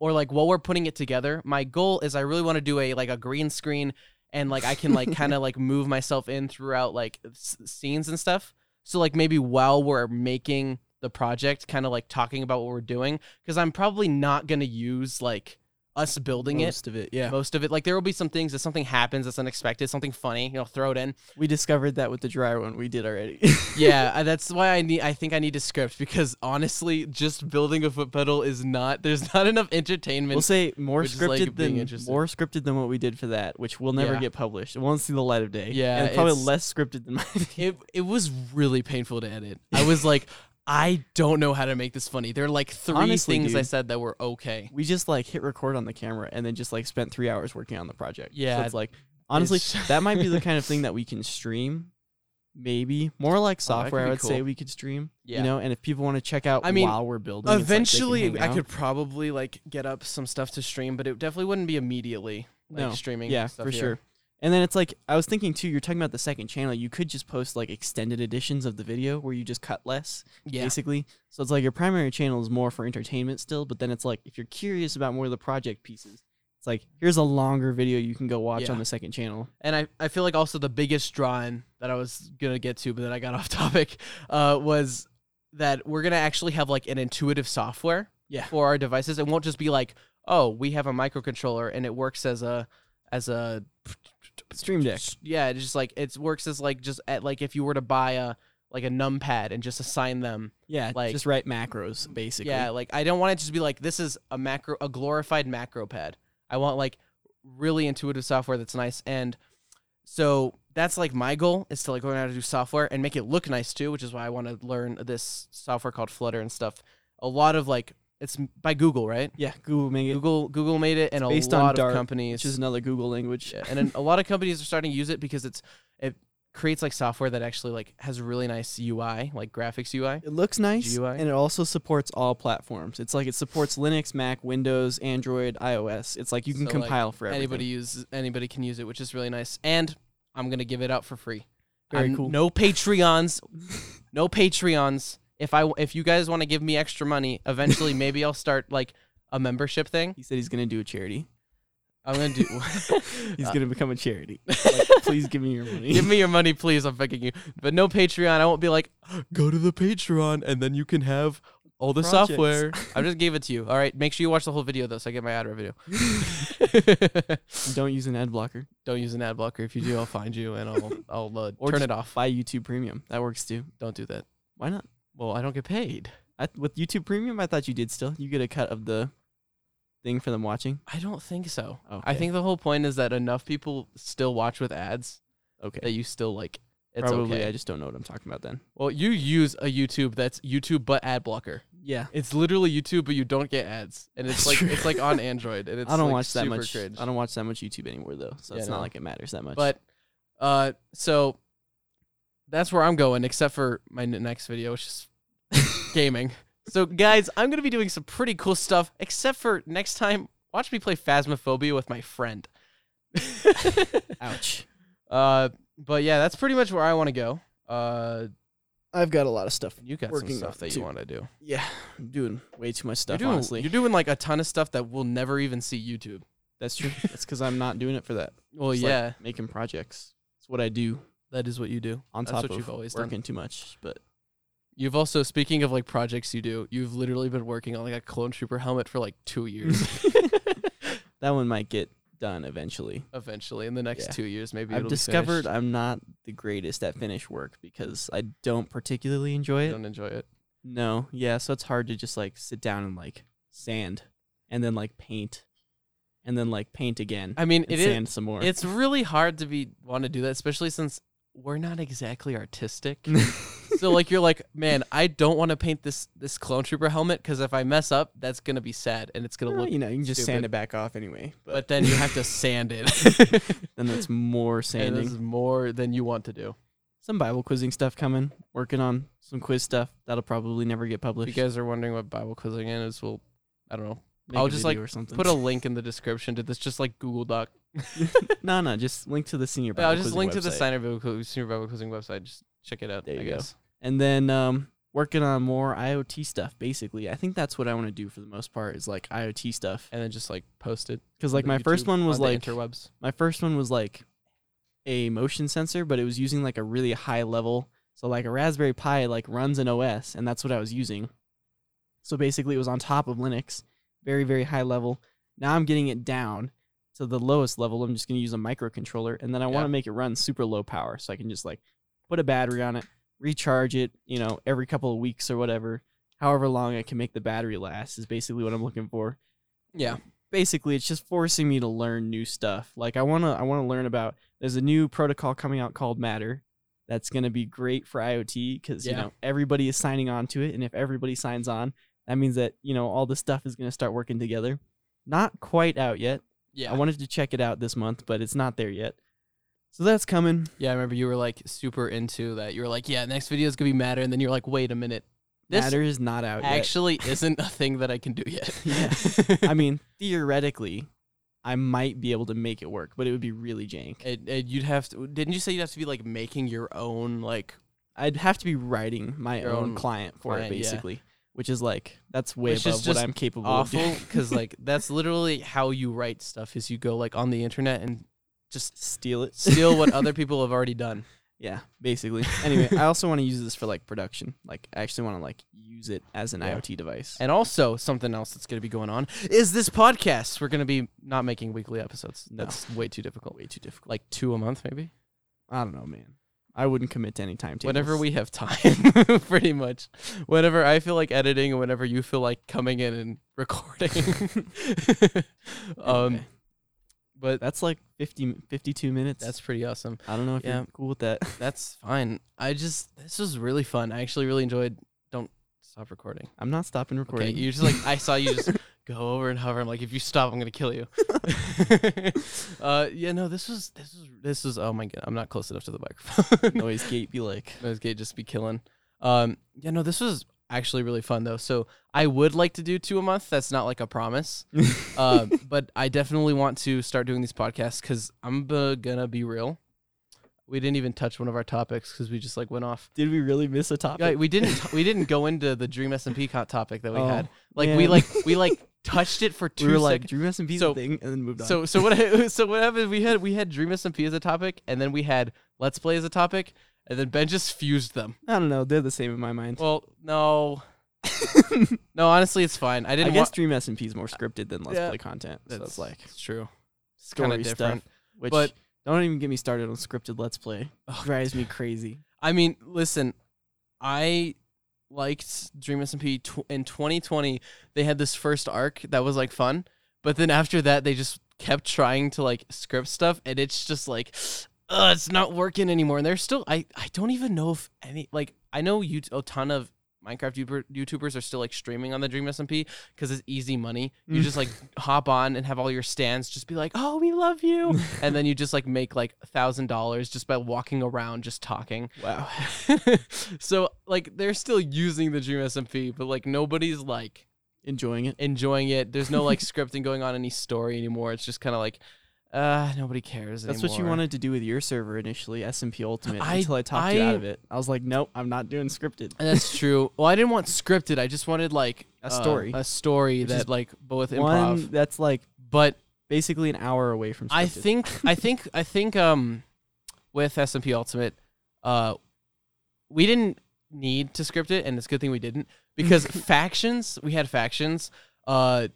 S1: or like while we're putting it together my goal is i really want to do a like a green screen and like i can like kind of like move myself in throughout like s- scenes and stuff so like maybe while we're making the project kind of like talking about what we're doing because i'm probably not going to use like us building it
S2: Most of it, yeah.
S1: most of it. Like there will be some things if something happens that's unexpected, something funny, you know, throw it in.
S2: We discovered that with the dry one we did already.
S1: yeah, [laughs] I- that's why I need. I think I need a script because honestly, just building a foot pedal is not. There's [laughs] not enough entertainment.
S2: [laughs] we'll say more
S1: Which is, like,
S2: scripted than
S1: being interesting.
S2: more scripted than what we did for that, which will never
S1: Yeah.
S2: get published. It won't see the light of day.
S1: Yeah,
S2: and probably
S1: it's-
S2: less scripted than [laughs] my.
S1: [laughs] it it was really painful to edit. I was like, [laughs] I don't know how to make this funny. There are like three
S2: Honestly,
S1: things I
S2: dude.
S1: said that were okay.
S2: we just like hit record on the camera and then just like spent three hours working on the project. so
S1: Yeah,
S2: it's like honestly,
S1: it's- [laughs]
S2: that might be the kind of thing that we can stream. Maybe more like
S1: Oh, could
S2: software, I
S1: be
S2: would say
S1: cool.
S2: we could stream.
S1: Yeah.
S2: You know, and if people want to check out
S1: I mean,
S2: while we're building, it's like they can
S1: Eventually,
S2: hang
S1: I
S2: out.
S1: could probably like get up some stuff to stream, but it definitely wouldn't be immediately. Like
S2: No.
S1: streaming.
S2: Yeah,
S1: stuff
S2: for
S1: here.
S2: sure. And then it's like I was thinking too. You're talking about the second channel. You could just post like extended editions of the video where you just cut less,
S1: Yeah.
S2: basically. So it's like your primary channel is more for entertainment still. But then it's like if you're curious about more of the project pieces, it's like here's a longer video you can go watch
S1: Yeah.
S2: on the second channel.
S1: And I, I feel like also the biggest drawing that I was gonna get to, but then I got [laughs] off topic, uh, was that we're gonna actually have like an intuitive software
S2: Yeah.
S1: for our devices. It won't just be like, oh, we have a microcontroller and it works as a as a
S2: Stream Deck.
S1: yeah, it's just like it works as like just at like if you were to buy a like a numpad and just assign them.
S2: Yeah,
S1: Like-
S2: just write macros basically.
S1: Yeah, like I don't want it to just be like this is a macro a glorified macro pad. I want like really intuitive software that's nice and so that's like my goal is to like learn how to do software and make it look nice too, which is why I want to learn this software called Flutter and stuff. A lot of like it's by Google, right?
S2: yeah. Google make it,
S1: Google Google made it, and a
S2: based on
S1: lot
S2: Dart,
S1: of companies
S2: which [laughs] is another Google language.
S1: Yeah, and then a lot of companies are starting to use it because it's it creates like software that actually like has really nice UI, like graphics UI.
S2: It looks nice,
S1: GUI.
S2: and it also supports all platforms. It's like it supports Linux, Mac, Windows, Android, iOS. It's like you can
S1: So, like,
S2: compile for everything.
S1: Anybody use anybody can use it, which is really nice. And I'm gonna give it out for free.
S2: Very
S1: I'm-
S2: cool.
S1: No Patreons, no Patreons. If I if you guys want to give me extra money,
S2: [laughs]
S1: eventually maybe I'll start like a membership thing.
S2: He said he's gonna do a charity.
S1: I'm gonna
S2: [laughs]
S1: do. [laughs]
S2: He's
S1: Uh,
S2: gonna become a charity. [laughs] Like, please give [laughs] me your money.
S1: Give me your money, please. I'm begging you. But no Patreon. I won't be like, go to the Patreon and then you can have all the
S2: Projects. [laughs]
S1: software. I just gave it to you. All right. Make sure you watch the whole video though, so I get my ad revenue.
S2: Don't use an ad blocker.
S1: [laughs] Don't use an ad blocker. If you do, I'll find you and I'll I'll uh,
S2: Or
S1: turn
S2: just
S1: it off.
S2: Buy YouTube Premium. That works too.
S1: Don't do that.
S2: Why not?
S1: Well, I don't get paid.
S2: I, with YouTube Premium, I thought you did still. You get a cut of the thing for them watching.
S1: I don't think so. I
S2: Okay.
S1: think the whole point is that enough people still watch with ads
S2: Okay.
S1: that you still like. It's
S2: Probably
S1: okay.
S2: I just don't know what I'm talking about then.
S1: well, you use a YouTube that's YouTube but ad blocker.
S2: Yeah.
S1: It's literally YouTube, but you don't get ads, and it's
S2: That's
S1: like
S2: true.
S1: it's like on Android,
S2: [laughs]
S1: and it's
S2: I don't
S1: like,
S2: watch that
S1: super
S2: much.
S1: Cringe.
S2: I don't watch that much YouTube anymore though, so
S1: Yeah,
S2: it's
S1: no.
S2: not like it matters that much.
S1: But uh, so that's where I'm going, except for my n- next video, which [laughs] is gaming. So guys, I'm gonna be doing some pretty cool stuff. Except for next time, watch me play Phasmophobia with my [laughs] friend.
S2: ouch.
S1: uh, but yeah, that's pretty much where I want to go. Uh,
S2: I've got a lot of stuff.
S1: you got
S2: Working
S1: some stuff
S2: on
S1: that you
S2: two
S1: want to do.
S2: Yeah, I'm doing way too
S1: You're
S2: much stuff.
S1: doing,
S2: honestly,
S1: you're doing like a ton of stuff that will never even see YouTube.
S2: that's [laughs] true. That's because I'm not doing it for that.
S1: Well,
S2: It's like
S1: yeah,
S2: making projects. It's what I do
S1: that is what you do.
S2: on
S1: That's
S2: top
S1: what
S2: of
S1: you've always done.
S2: working too much.
S1: [laughs]
S2: But
S1: You've also, speaking of like projects you do, you've literally been working on like a clone trooper helmet for like two
S2: [laughs]
S1: years.
S2: that one might get done eventually.
S1: eventually, in the next
S2: Yeah.
S1: two years, maybe
S2: I've
S1: it'll
S2: discovered
S1: Be
S2: I'm not the greatest at finish work because I don't particularly
S1: finished.
S2: enjoy it.
S1: don't enjoy it.
S2: No, yeah, so it's hard to just like sit down and like sand and then like paint and then like paint again
S1: I mean,
S2: and
S1: it is.
S2: sand some more. [laughs]
S1: It's really hard to be want to do that, especially since we're not exactly
S2: [laughs]
S1: artistic. so like, you're like, man, I don't want to paint this this clone trooper helmet because if I mess up, that's gonna be sad and it's gonna
S2: Well,
S1: look.
S2: you know, you can just
S1: stupid.
S2: sand it back off anyway.
S1: [laughs]
S2: But,
S1: But then you have to sand it.
S2: then that's more
S1: and [laughs]
S2: [laughs] sanding.
S1: this is more than you want to do.
S2: some Bible quizzing stuff coming. Working on some quiz stuff that'll probably never get
S1: If
S2: published.
S1: you guys are wondering what Bible quizzing is, well, I don't know.
S2: Make
S1: I'll
S2: a
S1: just,
S2: video
S1: like,
S2: or something.
S1: put a link in the description to this just like Google Doc.
S2: no, no, just link to the senior. Bible
S1: I'll just
S2: quizzing
S1: link to the
S2: website.
S1: Signer Bible Clo- Senior Bible Closing website. Just check it out.
S2: There
S1: I
S2: you go.
S1: guess.
S2: and then um, working on more IoT stuff. Basically, I think that's what I want to do for the most part is like IoT stuff.
S1: And then just like post it.
S2: Because
S1: on
S2: like
S1: the
S2: my first
S1: YouTube-
S2: one was
S1: on the
S2: like
S1: interwebs.
S2: my first one was like a motion sensor, but it was using like a really high level. So like a Raspberry Pi like runs an OS, and that's what I was using. So basically, it was on top of Linux, very very high level. Now I'm getting it down to the lowest level. I'm just gonna use a microcontroller, and then I want
S1: Yeah.
S2: to make it run super low power, so I can just like put a battery on it, recharge it, you know, every couple of weeks or whatever. However long I can make the battery last is basically what I'm looking for
S1: Yeah.
S2: basically it's just forcing me to learn new stuff. Like I want to I want to learn about there's a new protocol coming out called Matter that's going to be great for IoT cuz you
S1: Yeah.
S2: know everybody is signing on to it and if everybody signs on that means that you know all this stuff is going to start working together. Not quite out yet.
S1: Yeah.
S2: I wanted to check it out this month, but it's not there yet. So that's coming.
S1: yeah. I remember you were like super into that. You were like, yeah, next video is gonna be matter. And then you're like, wait a minute, this
S2: Matter is not out yet.
S1: actually isn't a thing that I can do yet.
S2: Yeah. I mean, theoretically, I might be able to make it work, but it would be really jank.
S1: And, and you'd have to. Didn't you say you'd have to be like making your own like?
S2: I'd have to be writing my
S1: Your
S2: own,
S1: own
S2: client for
S1: client,
S2: it
S1: yeah.
S2: basically, which is like that's way
S1: Which is
S2: above what
S1: just
S2: I'm capable of
S1: Awful
S2: doing. [laughs]
S1: because like that's literally how you write stuff is you go like on the internet and just
S2: Steal it.
S1: steal
S2: [laughs]
S1: what [laughs] other people have already done.
S2: yeah, basically. Anyway, I also want to use this for like production. Like I actually want to like use it as an
S1: Yeah.
S2: IoT device.
S1: And also something else that's going to be going on is this podcast. We're going to be not making weekly episodes.
S2: No.
S1: That's way too difficult.
S2: Way too difficult.
S1: Like two a month, maybe.
S2: I don't know, man. I wouldn't commit to any timetables.
S1: Whenever we have time, [laughs] pretty much. Whenever I feel like editing, and whenever you feel like coming in and [laughs] recording. [laughs] um,
S2: Anyway,
S1: but
S2: that's like 50, 52 minutes.
S1: that's pretty awesome.
S2: I don't know if
S1: yeah.
S2: you're cool with that. [laughs]
S1: That's fine. I just this was really fun. I actually really enjoyed. Don't stop recording.
S2: I'm not stopping recording.
S1: Okay, you just like I saw you just go over and hover. I'm like, if you stop, I'm gonna kill you. uh, yeah, no, this was this was this was. Oh my god, I'm not close enough to the microphone.
S2: [laughs]
S1: [laughs]
S2: noise gate be like.
S1: Those gate just be killing. Um, yeah, no, this was actually really fun though. So I would like to do two a month. That's not like a promise, uh, but I definitely want to start doing these podcasts because I'm uh, gonna be real. We didn't even touch one of our topics because we just like went off.
S2: Did we really miss a topic?
S1: Yeah, we didn't. We didn't go into the Dream S and P topic that we
S2: Oh,
S1: had. Like we
S2: man.
S1: like we like touched it for two
S2: [laughs] we were like,
S1: seconds.
S2: Drew S and P's
S1: So-
S2: thing, and then moved on.
S1: so so what [laughs] so what happened? We had we had Dream S and P as a topic, and then we had Let's Play as a topic, and then Ben just fused them.
S2: I don't know. They're the same in my mind.
S1: Well,
S2: [laughs]
S1: no, no. Honestly, it's fine. I
S2: I
S1: didn't.
S2: guess Dream S and P is more scripted than Let's
S1: Yeah.
S2: Play content. So
S1: wa-
S2: it's like
S1: it's true. It's kind of
S2: story
S1: different.
S2: stuff. Which
S1: but-
S2: don't even get me started on scripted Let's Play.
S1: Oh,
S2: drives me crazy.
S1: I mean, listen, I liked Dream S&P tw- in 2020. They had this first arc that was like fun, but then after that, they just kept trying to like script stuff, and it's just like, Ugh, it's not working anymore. And they're still, I, I don't even know if any like I know you a ton of Minecraft YouTuber, YouTubers are still like streaming on the Dream SMP because it's easy money. You
S2: Mm.
S1: just like hop on and have all your stands just be like, oh, we love you. and then you just like make like a thousand dollars just by walking around just talking.
S2: Wow.
S1: [laughs] so like they're still using the Dream SMP, but like nobody's like
S2: Enjoying it.
S1: enjoying it. There's
S2: [laughs]
S1: no like scripting going on any story anymore. It's just kind of like, uh, nobody cares.
S2: That's what you
S1: anymore.
S2: wanted to do with your server initially, S and P Ultimate,
S1: I-
S2: until I talked you
S1: I-
S2: out of it. I was like, nope, I'm not doing scripted.
S1: That's true. Well, I didn't want scripted. I just wanted like uh,
S2: A story.
S1: a story
S2: Which
S1: that
S2: is
S1: like both
S2: One
S1: improv.
S2: that's like
S1: But
S2: basically an hour away from. Scripted.
S1: I think I think I think um with SMP Ultimate, uh, we didn't need to script it, and it's a good thing we didn't
S2: [laughs]
S1: because factions we had factions uh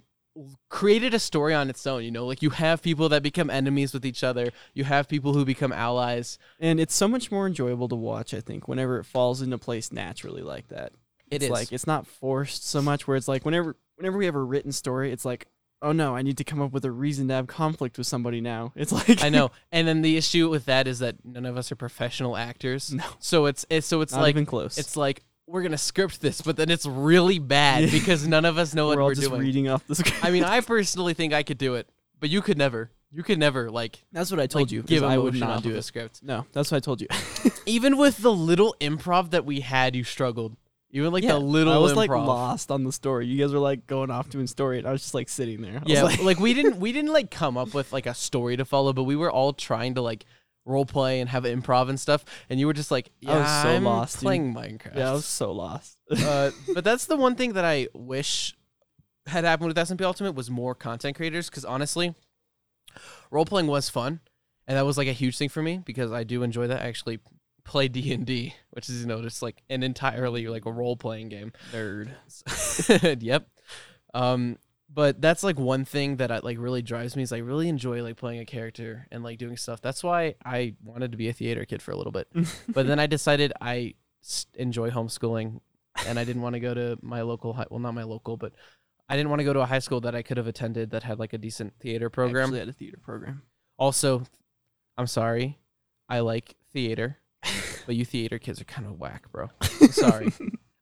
S1: created a story on its own. You know, like you have people that become enemies with each other. You have people who become allies.
S2: and it's so much more enjoyable to watch. I think whenever it falls into place naturally like that. it's [laughs] like it's not forced so much where it's like whenever whenever we have a written story it's like oh no i need to come up with a reason to have conflict with somebody now [laughs] it's like
S1: I know. And then the issue with that is that none of us are professional actors.
S2: No.
S1: So it's, it's so it's
S2: not
S1: like
S2: even close
S1: it's like we're gonna script this, but then it's really bad
S2: Yeah.
S1: because none of us know what
S2: we're
S1: we're,
S2: all just
S1: doing.
S2: reading off the [laughs] script
S1: I mean, I personally think I could do it, but you could never. You could never like
S2: that's what i told
S1: like,
S2: you is
S1: Give
S2: i would
S1: emotion
S2: not
S1: off
S2: do
S1: of a
S2: it
S1: script.
S2: no that's what i told you [laughs]
S1: Even with the little improv that we had, you struggled. Even like
S2: Yeah,
S1: the little
S2: i was
S1: improv.
S2: like lost on the story you guys were like going off doing story and i was just like sitting there I was
S1: Yeah,
S2: like,
S1: like, we didn't we didn't like come up with like a story to follow, but we were all trying to like role play and have improv and stuff. And you were just like, yeah,
S2: I was so
S1: am
S2: lost, dude.
S1: playing Minecraft.
S2: [laughs] yeah i was so lost [laughs]
S1: uh, but that's the one thing that I wish had happened with SMP Ultimate was more content creators because honestly, role playing was fun, and that was like a huge thing for me because I do enjoy that. I actually play D and D, which is you know just like an entirely like a role playing game. [laughs]
S2: [laughs] nerd
S1: yep. Um, but that's like one thing that I, like really drives me is I really enjoy like playing a character and like doing stuff. That's why I wanted to be a theater kid for a little bit, but then I decided I s- enjoy homeschooling, and I didn't want to go to my local high. Well, not my local, but I didn't want to go to a high school that I could have attended that had like a decent theater program.
S2: Actually, I had a theater program
S1: Also, I'm sorry, I like theater, but you theater kids are kind of whack, bro. I'm
S2: [laughs]
S1: sorry.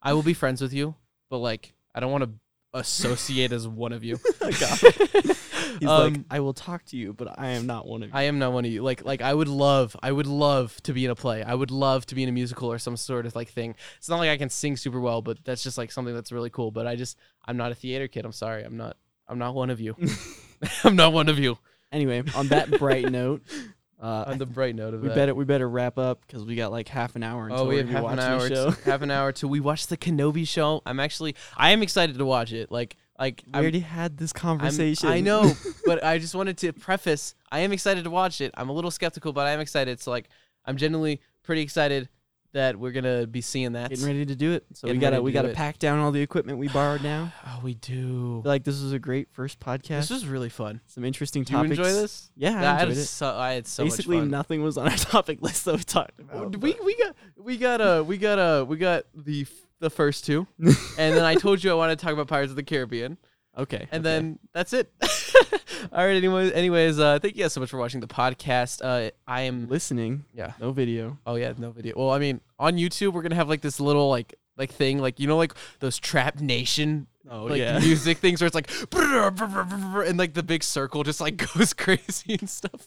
S1: I will be friends with you, but like I don't want to associate as one
S2: [laughs]
S1: of you.
S2: Oh
S1: [laughs]
S2: he's like
S1: Um,
S2: i will talk to you but i am not one of you
S1: I am not one of you. Like like I would love I would love to be in a play. I would love to be in a musical or some sort of like thing. It's not like I can sing super well, but that's just like something that's really cool, but I just I'm not a theater kid. I'm sorry. I'm not I'm not one of
S2: [laughs]
S1: you. [laughs] I'm not one of you.
S2: anyway on that bright [laughs] note uh,
S1: On the bright note of
S2: We
S1: that.
S2: better we better wrap up because we got like half an hour until
S1: Oh, we
S2: we're
S1: have
S2: gonna
S1: half
S2: be
S1: an
S2: watching
S1: hour.
S2: the show.
S1: [laughs] To, half an hour till we watch the Kenobi show. I'm actually, I am excited to watch it. Like, like
S2: I
S1: I'm-
S2: already had this
S1: I'm-
S2: conversation.
S1: I
S2: [laughs]
S1: know, but I just wanted to preface. I am excited to watch it. I'm a little skeptical, but I am excited. So like, I'm genuinely pretty excited. that we're gonna be seeing that.
S2: Getting ready to do it. So we
S1: Getting
S2: gotta
S1: ready
S2: we
S1: to do
S2: gotta
S1: it.
S2: pack down all the equipment we borrowed now.
S1: Oh, we do.
S2: I feel like this was a great first podcast.
S1: This was really fun.
S2: Some interesting
S1: Did you
S2: topics.
S1: enjoy this?
S2: Yeah,
S1: Yeah, I,
S2: I
S1: had
S2: enjoyed it.
S1: so I had so
S2: Basically,
S1: much fun. Oh,
S2: nothing was on our [laughs] topic list that we talked about.
S1: we we got we got uh we got uh we got the f- the first
S2: [laughs]
S1: two, and then I told you I wanted to talk about Pirates of the Caribbean,
S2: okay,
S1: and
S2: okay.
S1: then that's it. [laughs] All right. Anyways, anyways, uh, thank you guys so much for watching the podcast. Uh, I am
S2: listening,
S1: yeah.
S2: no video.
S1: Oh yeah, no video. Well, I mean, on YouTube we're gonna have like this little like like thing like you know like those Trap Nation
S2: Oh
S1: like music things where it's like [laughs] and like the big circle just like [laughs] goes crazy and stuff.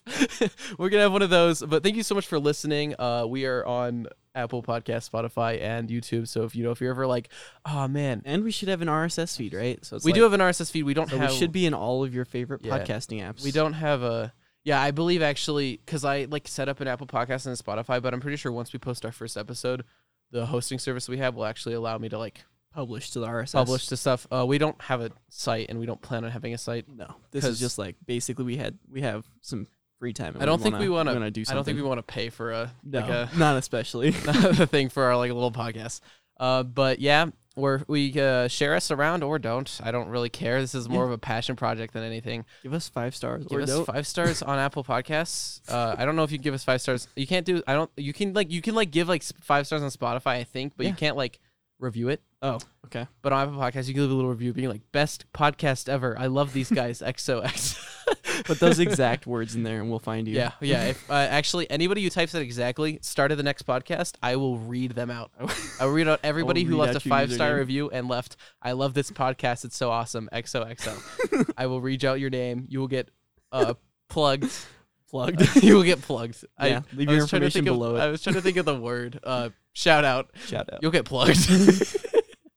S1: [laughs] We're gonna have one of those. But thank you so much for listening. Uh, we are on Apple Podcast, Spotify, and YouTube. So if you know if you're ever like, oh man,
S2: and we should have an RSS feed, right? So it's
S1: we
S2: like-
S1: do have an RSS feed. We don't
S2: So
S1: have.
S2: we should be in all of your favorite
S1: Yeah.
S2: podcasting apps.
S1: We don't have a. Yeah, I believe actually because I like set up an Apple Podcast and a Spotify, but I'm pretty sure once we post our first episode, the hosting service we have will actually allow me to like
S2: publish to the RSS.
S1: publish the stuff. Uh, we don't have a site and we don't plan on having a site.
S2: No, this is
S1: 'Cause-
S2: just like basically we had we have some free time. and
S1: I don't think we wanna-
S2: wanna do
S1: I
S2: something.
S1: don't think we want to pay for a
S2: No,
S1: like a
S2: [laughs] not especially.
S1: the thing for our like little podcast. Uh, but yeah, we're, we uh, share us around or don't. I don't really care. This is more of a passion project than anything.
S2: Give us five stars
S1: [laughs] Give
S2: or
S1: us
S2: don't.
S1: five stars on Apple Podcasts. Uh, I don't know if you give us five stars. You can't do. I don't. You can like you can like give like s- five stars on Spotify, I think, but you
S2: Yeah.
S1: can't like review it.
S2: Oh, okay.
S1: But on Apple Podcasts, you can leave a little review, being like best podcast ever. I love these guys. [laughs] XOX.
S2: [laughs] Put those
S1: [laughs]
S2: exact words in there, and we'll find you.
S1: Yeah, yeah. If uh, actually anybody who types that exactly start of the next podcast, I will read them
S2: [laughs]
S1: out. I will read out everybody who left
S2: read
S1: a
S2: out your
S1: five star
S2: username.
S1: review and left. I love this podcast. It's so awesome.
S2: [laughs]
S1: XOXO. I will read out your name. You will get uh, plugged. [laughs]
S2: plugged.
S1: you will get plugged.
S2: Yeah,
S1: I,
S2: leave
S1: I
S2: your
S1: was trying to
S2: information
S1: think of-
S2: below it.
S1: I was trying to think of the word. Uh, shout out.
S2: Shout
S1: [laughs]
S2: out.
S1: You'll get
S2: [laughs]
S1: plugged.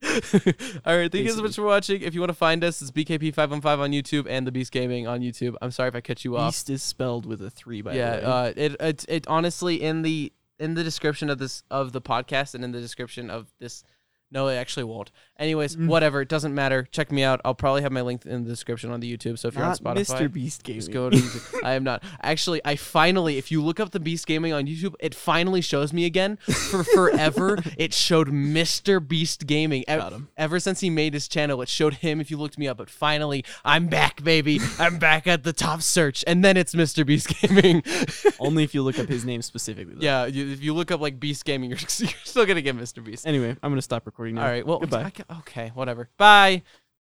S1: All right, thank you so
S2: Basically.
S1: much for watching. If you want to find us, it's BKP515 on YouTube and The Beast Gaming on YouTube. I'm sorry if I cut you off
S2: Beast is spelled with a three by
S1: yeah
S2: the way.
S1: uh it, it it honestly in the in the description of this of the podcast and in the description of this no it actually won't anyways
S2: Mm.
S1: whatever it doesn't matter check me out i'll probably have my link in the description on the youtube so if you're
S2: not
S1: on spotify
S2: Mr. Beast Gaming.
S1: just go to i am not actually i finally if you look up the beast gaming on youtube it finally shows me again
S2: [laughs]
S1: for forever it showed mr beast gaming E-
S2: Got him.
S1: ever since he made his channel it showed him if you looked me up but finally i'm back baby i'm back at the top search and then it's mr beast gaming
S2: [laughs]
S1: [laughs]
S2: Only if you look up his name specifically. Though.
S1: Yeah, you, if you look up like Beast Gaming, [laughs] you're, you're still gonna get Mr. Beast.
S2: Anyway, I'm gonna stop recording now.
S1: All right. Well,
S2: Goodbye.
S1: I ca- okay, whatever. Bye.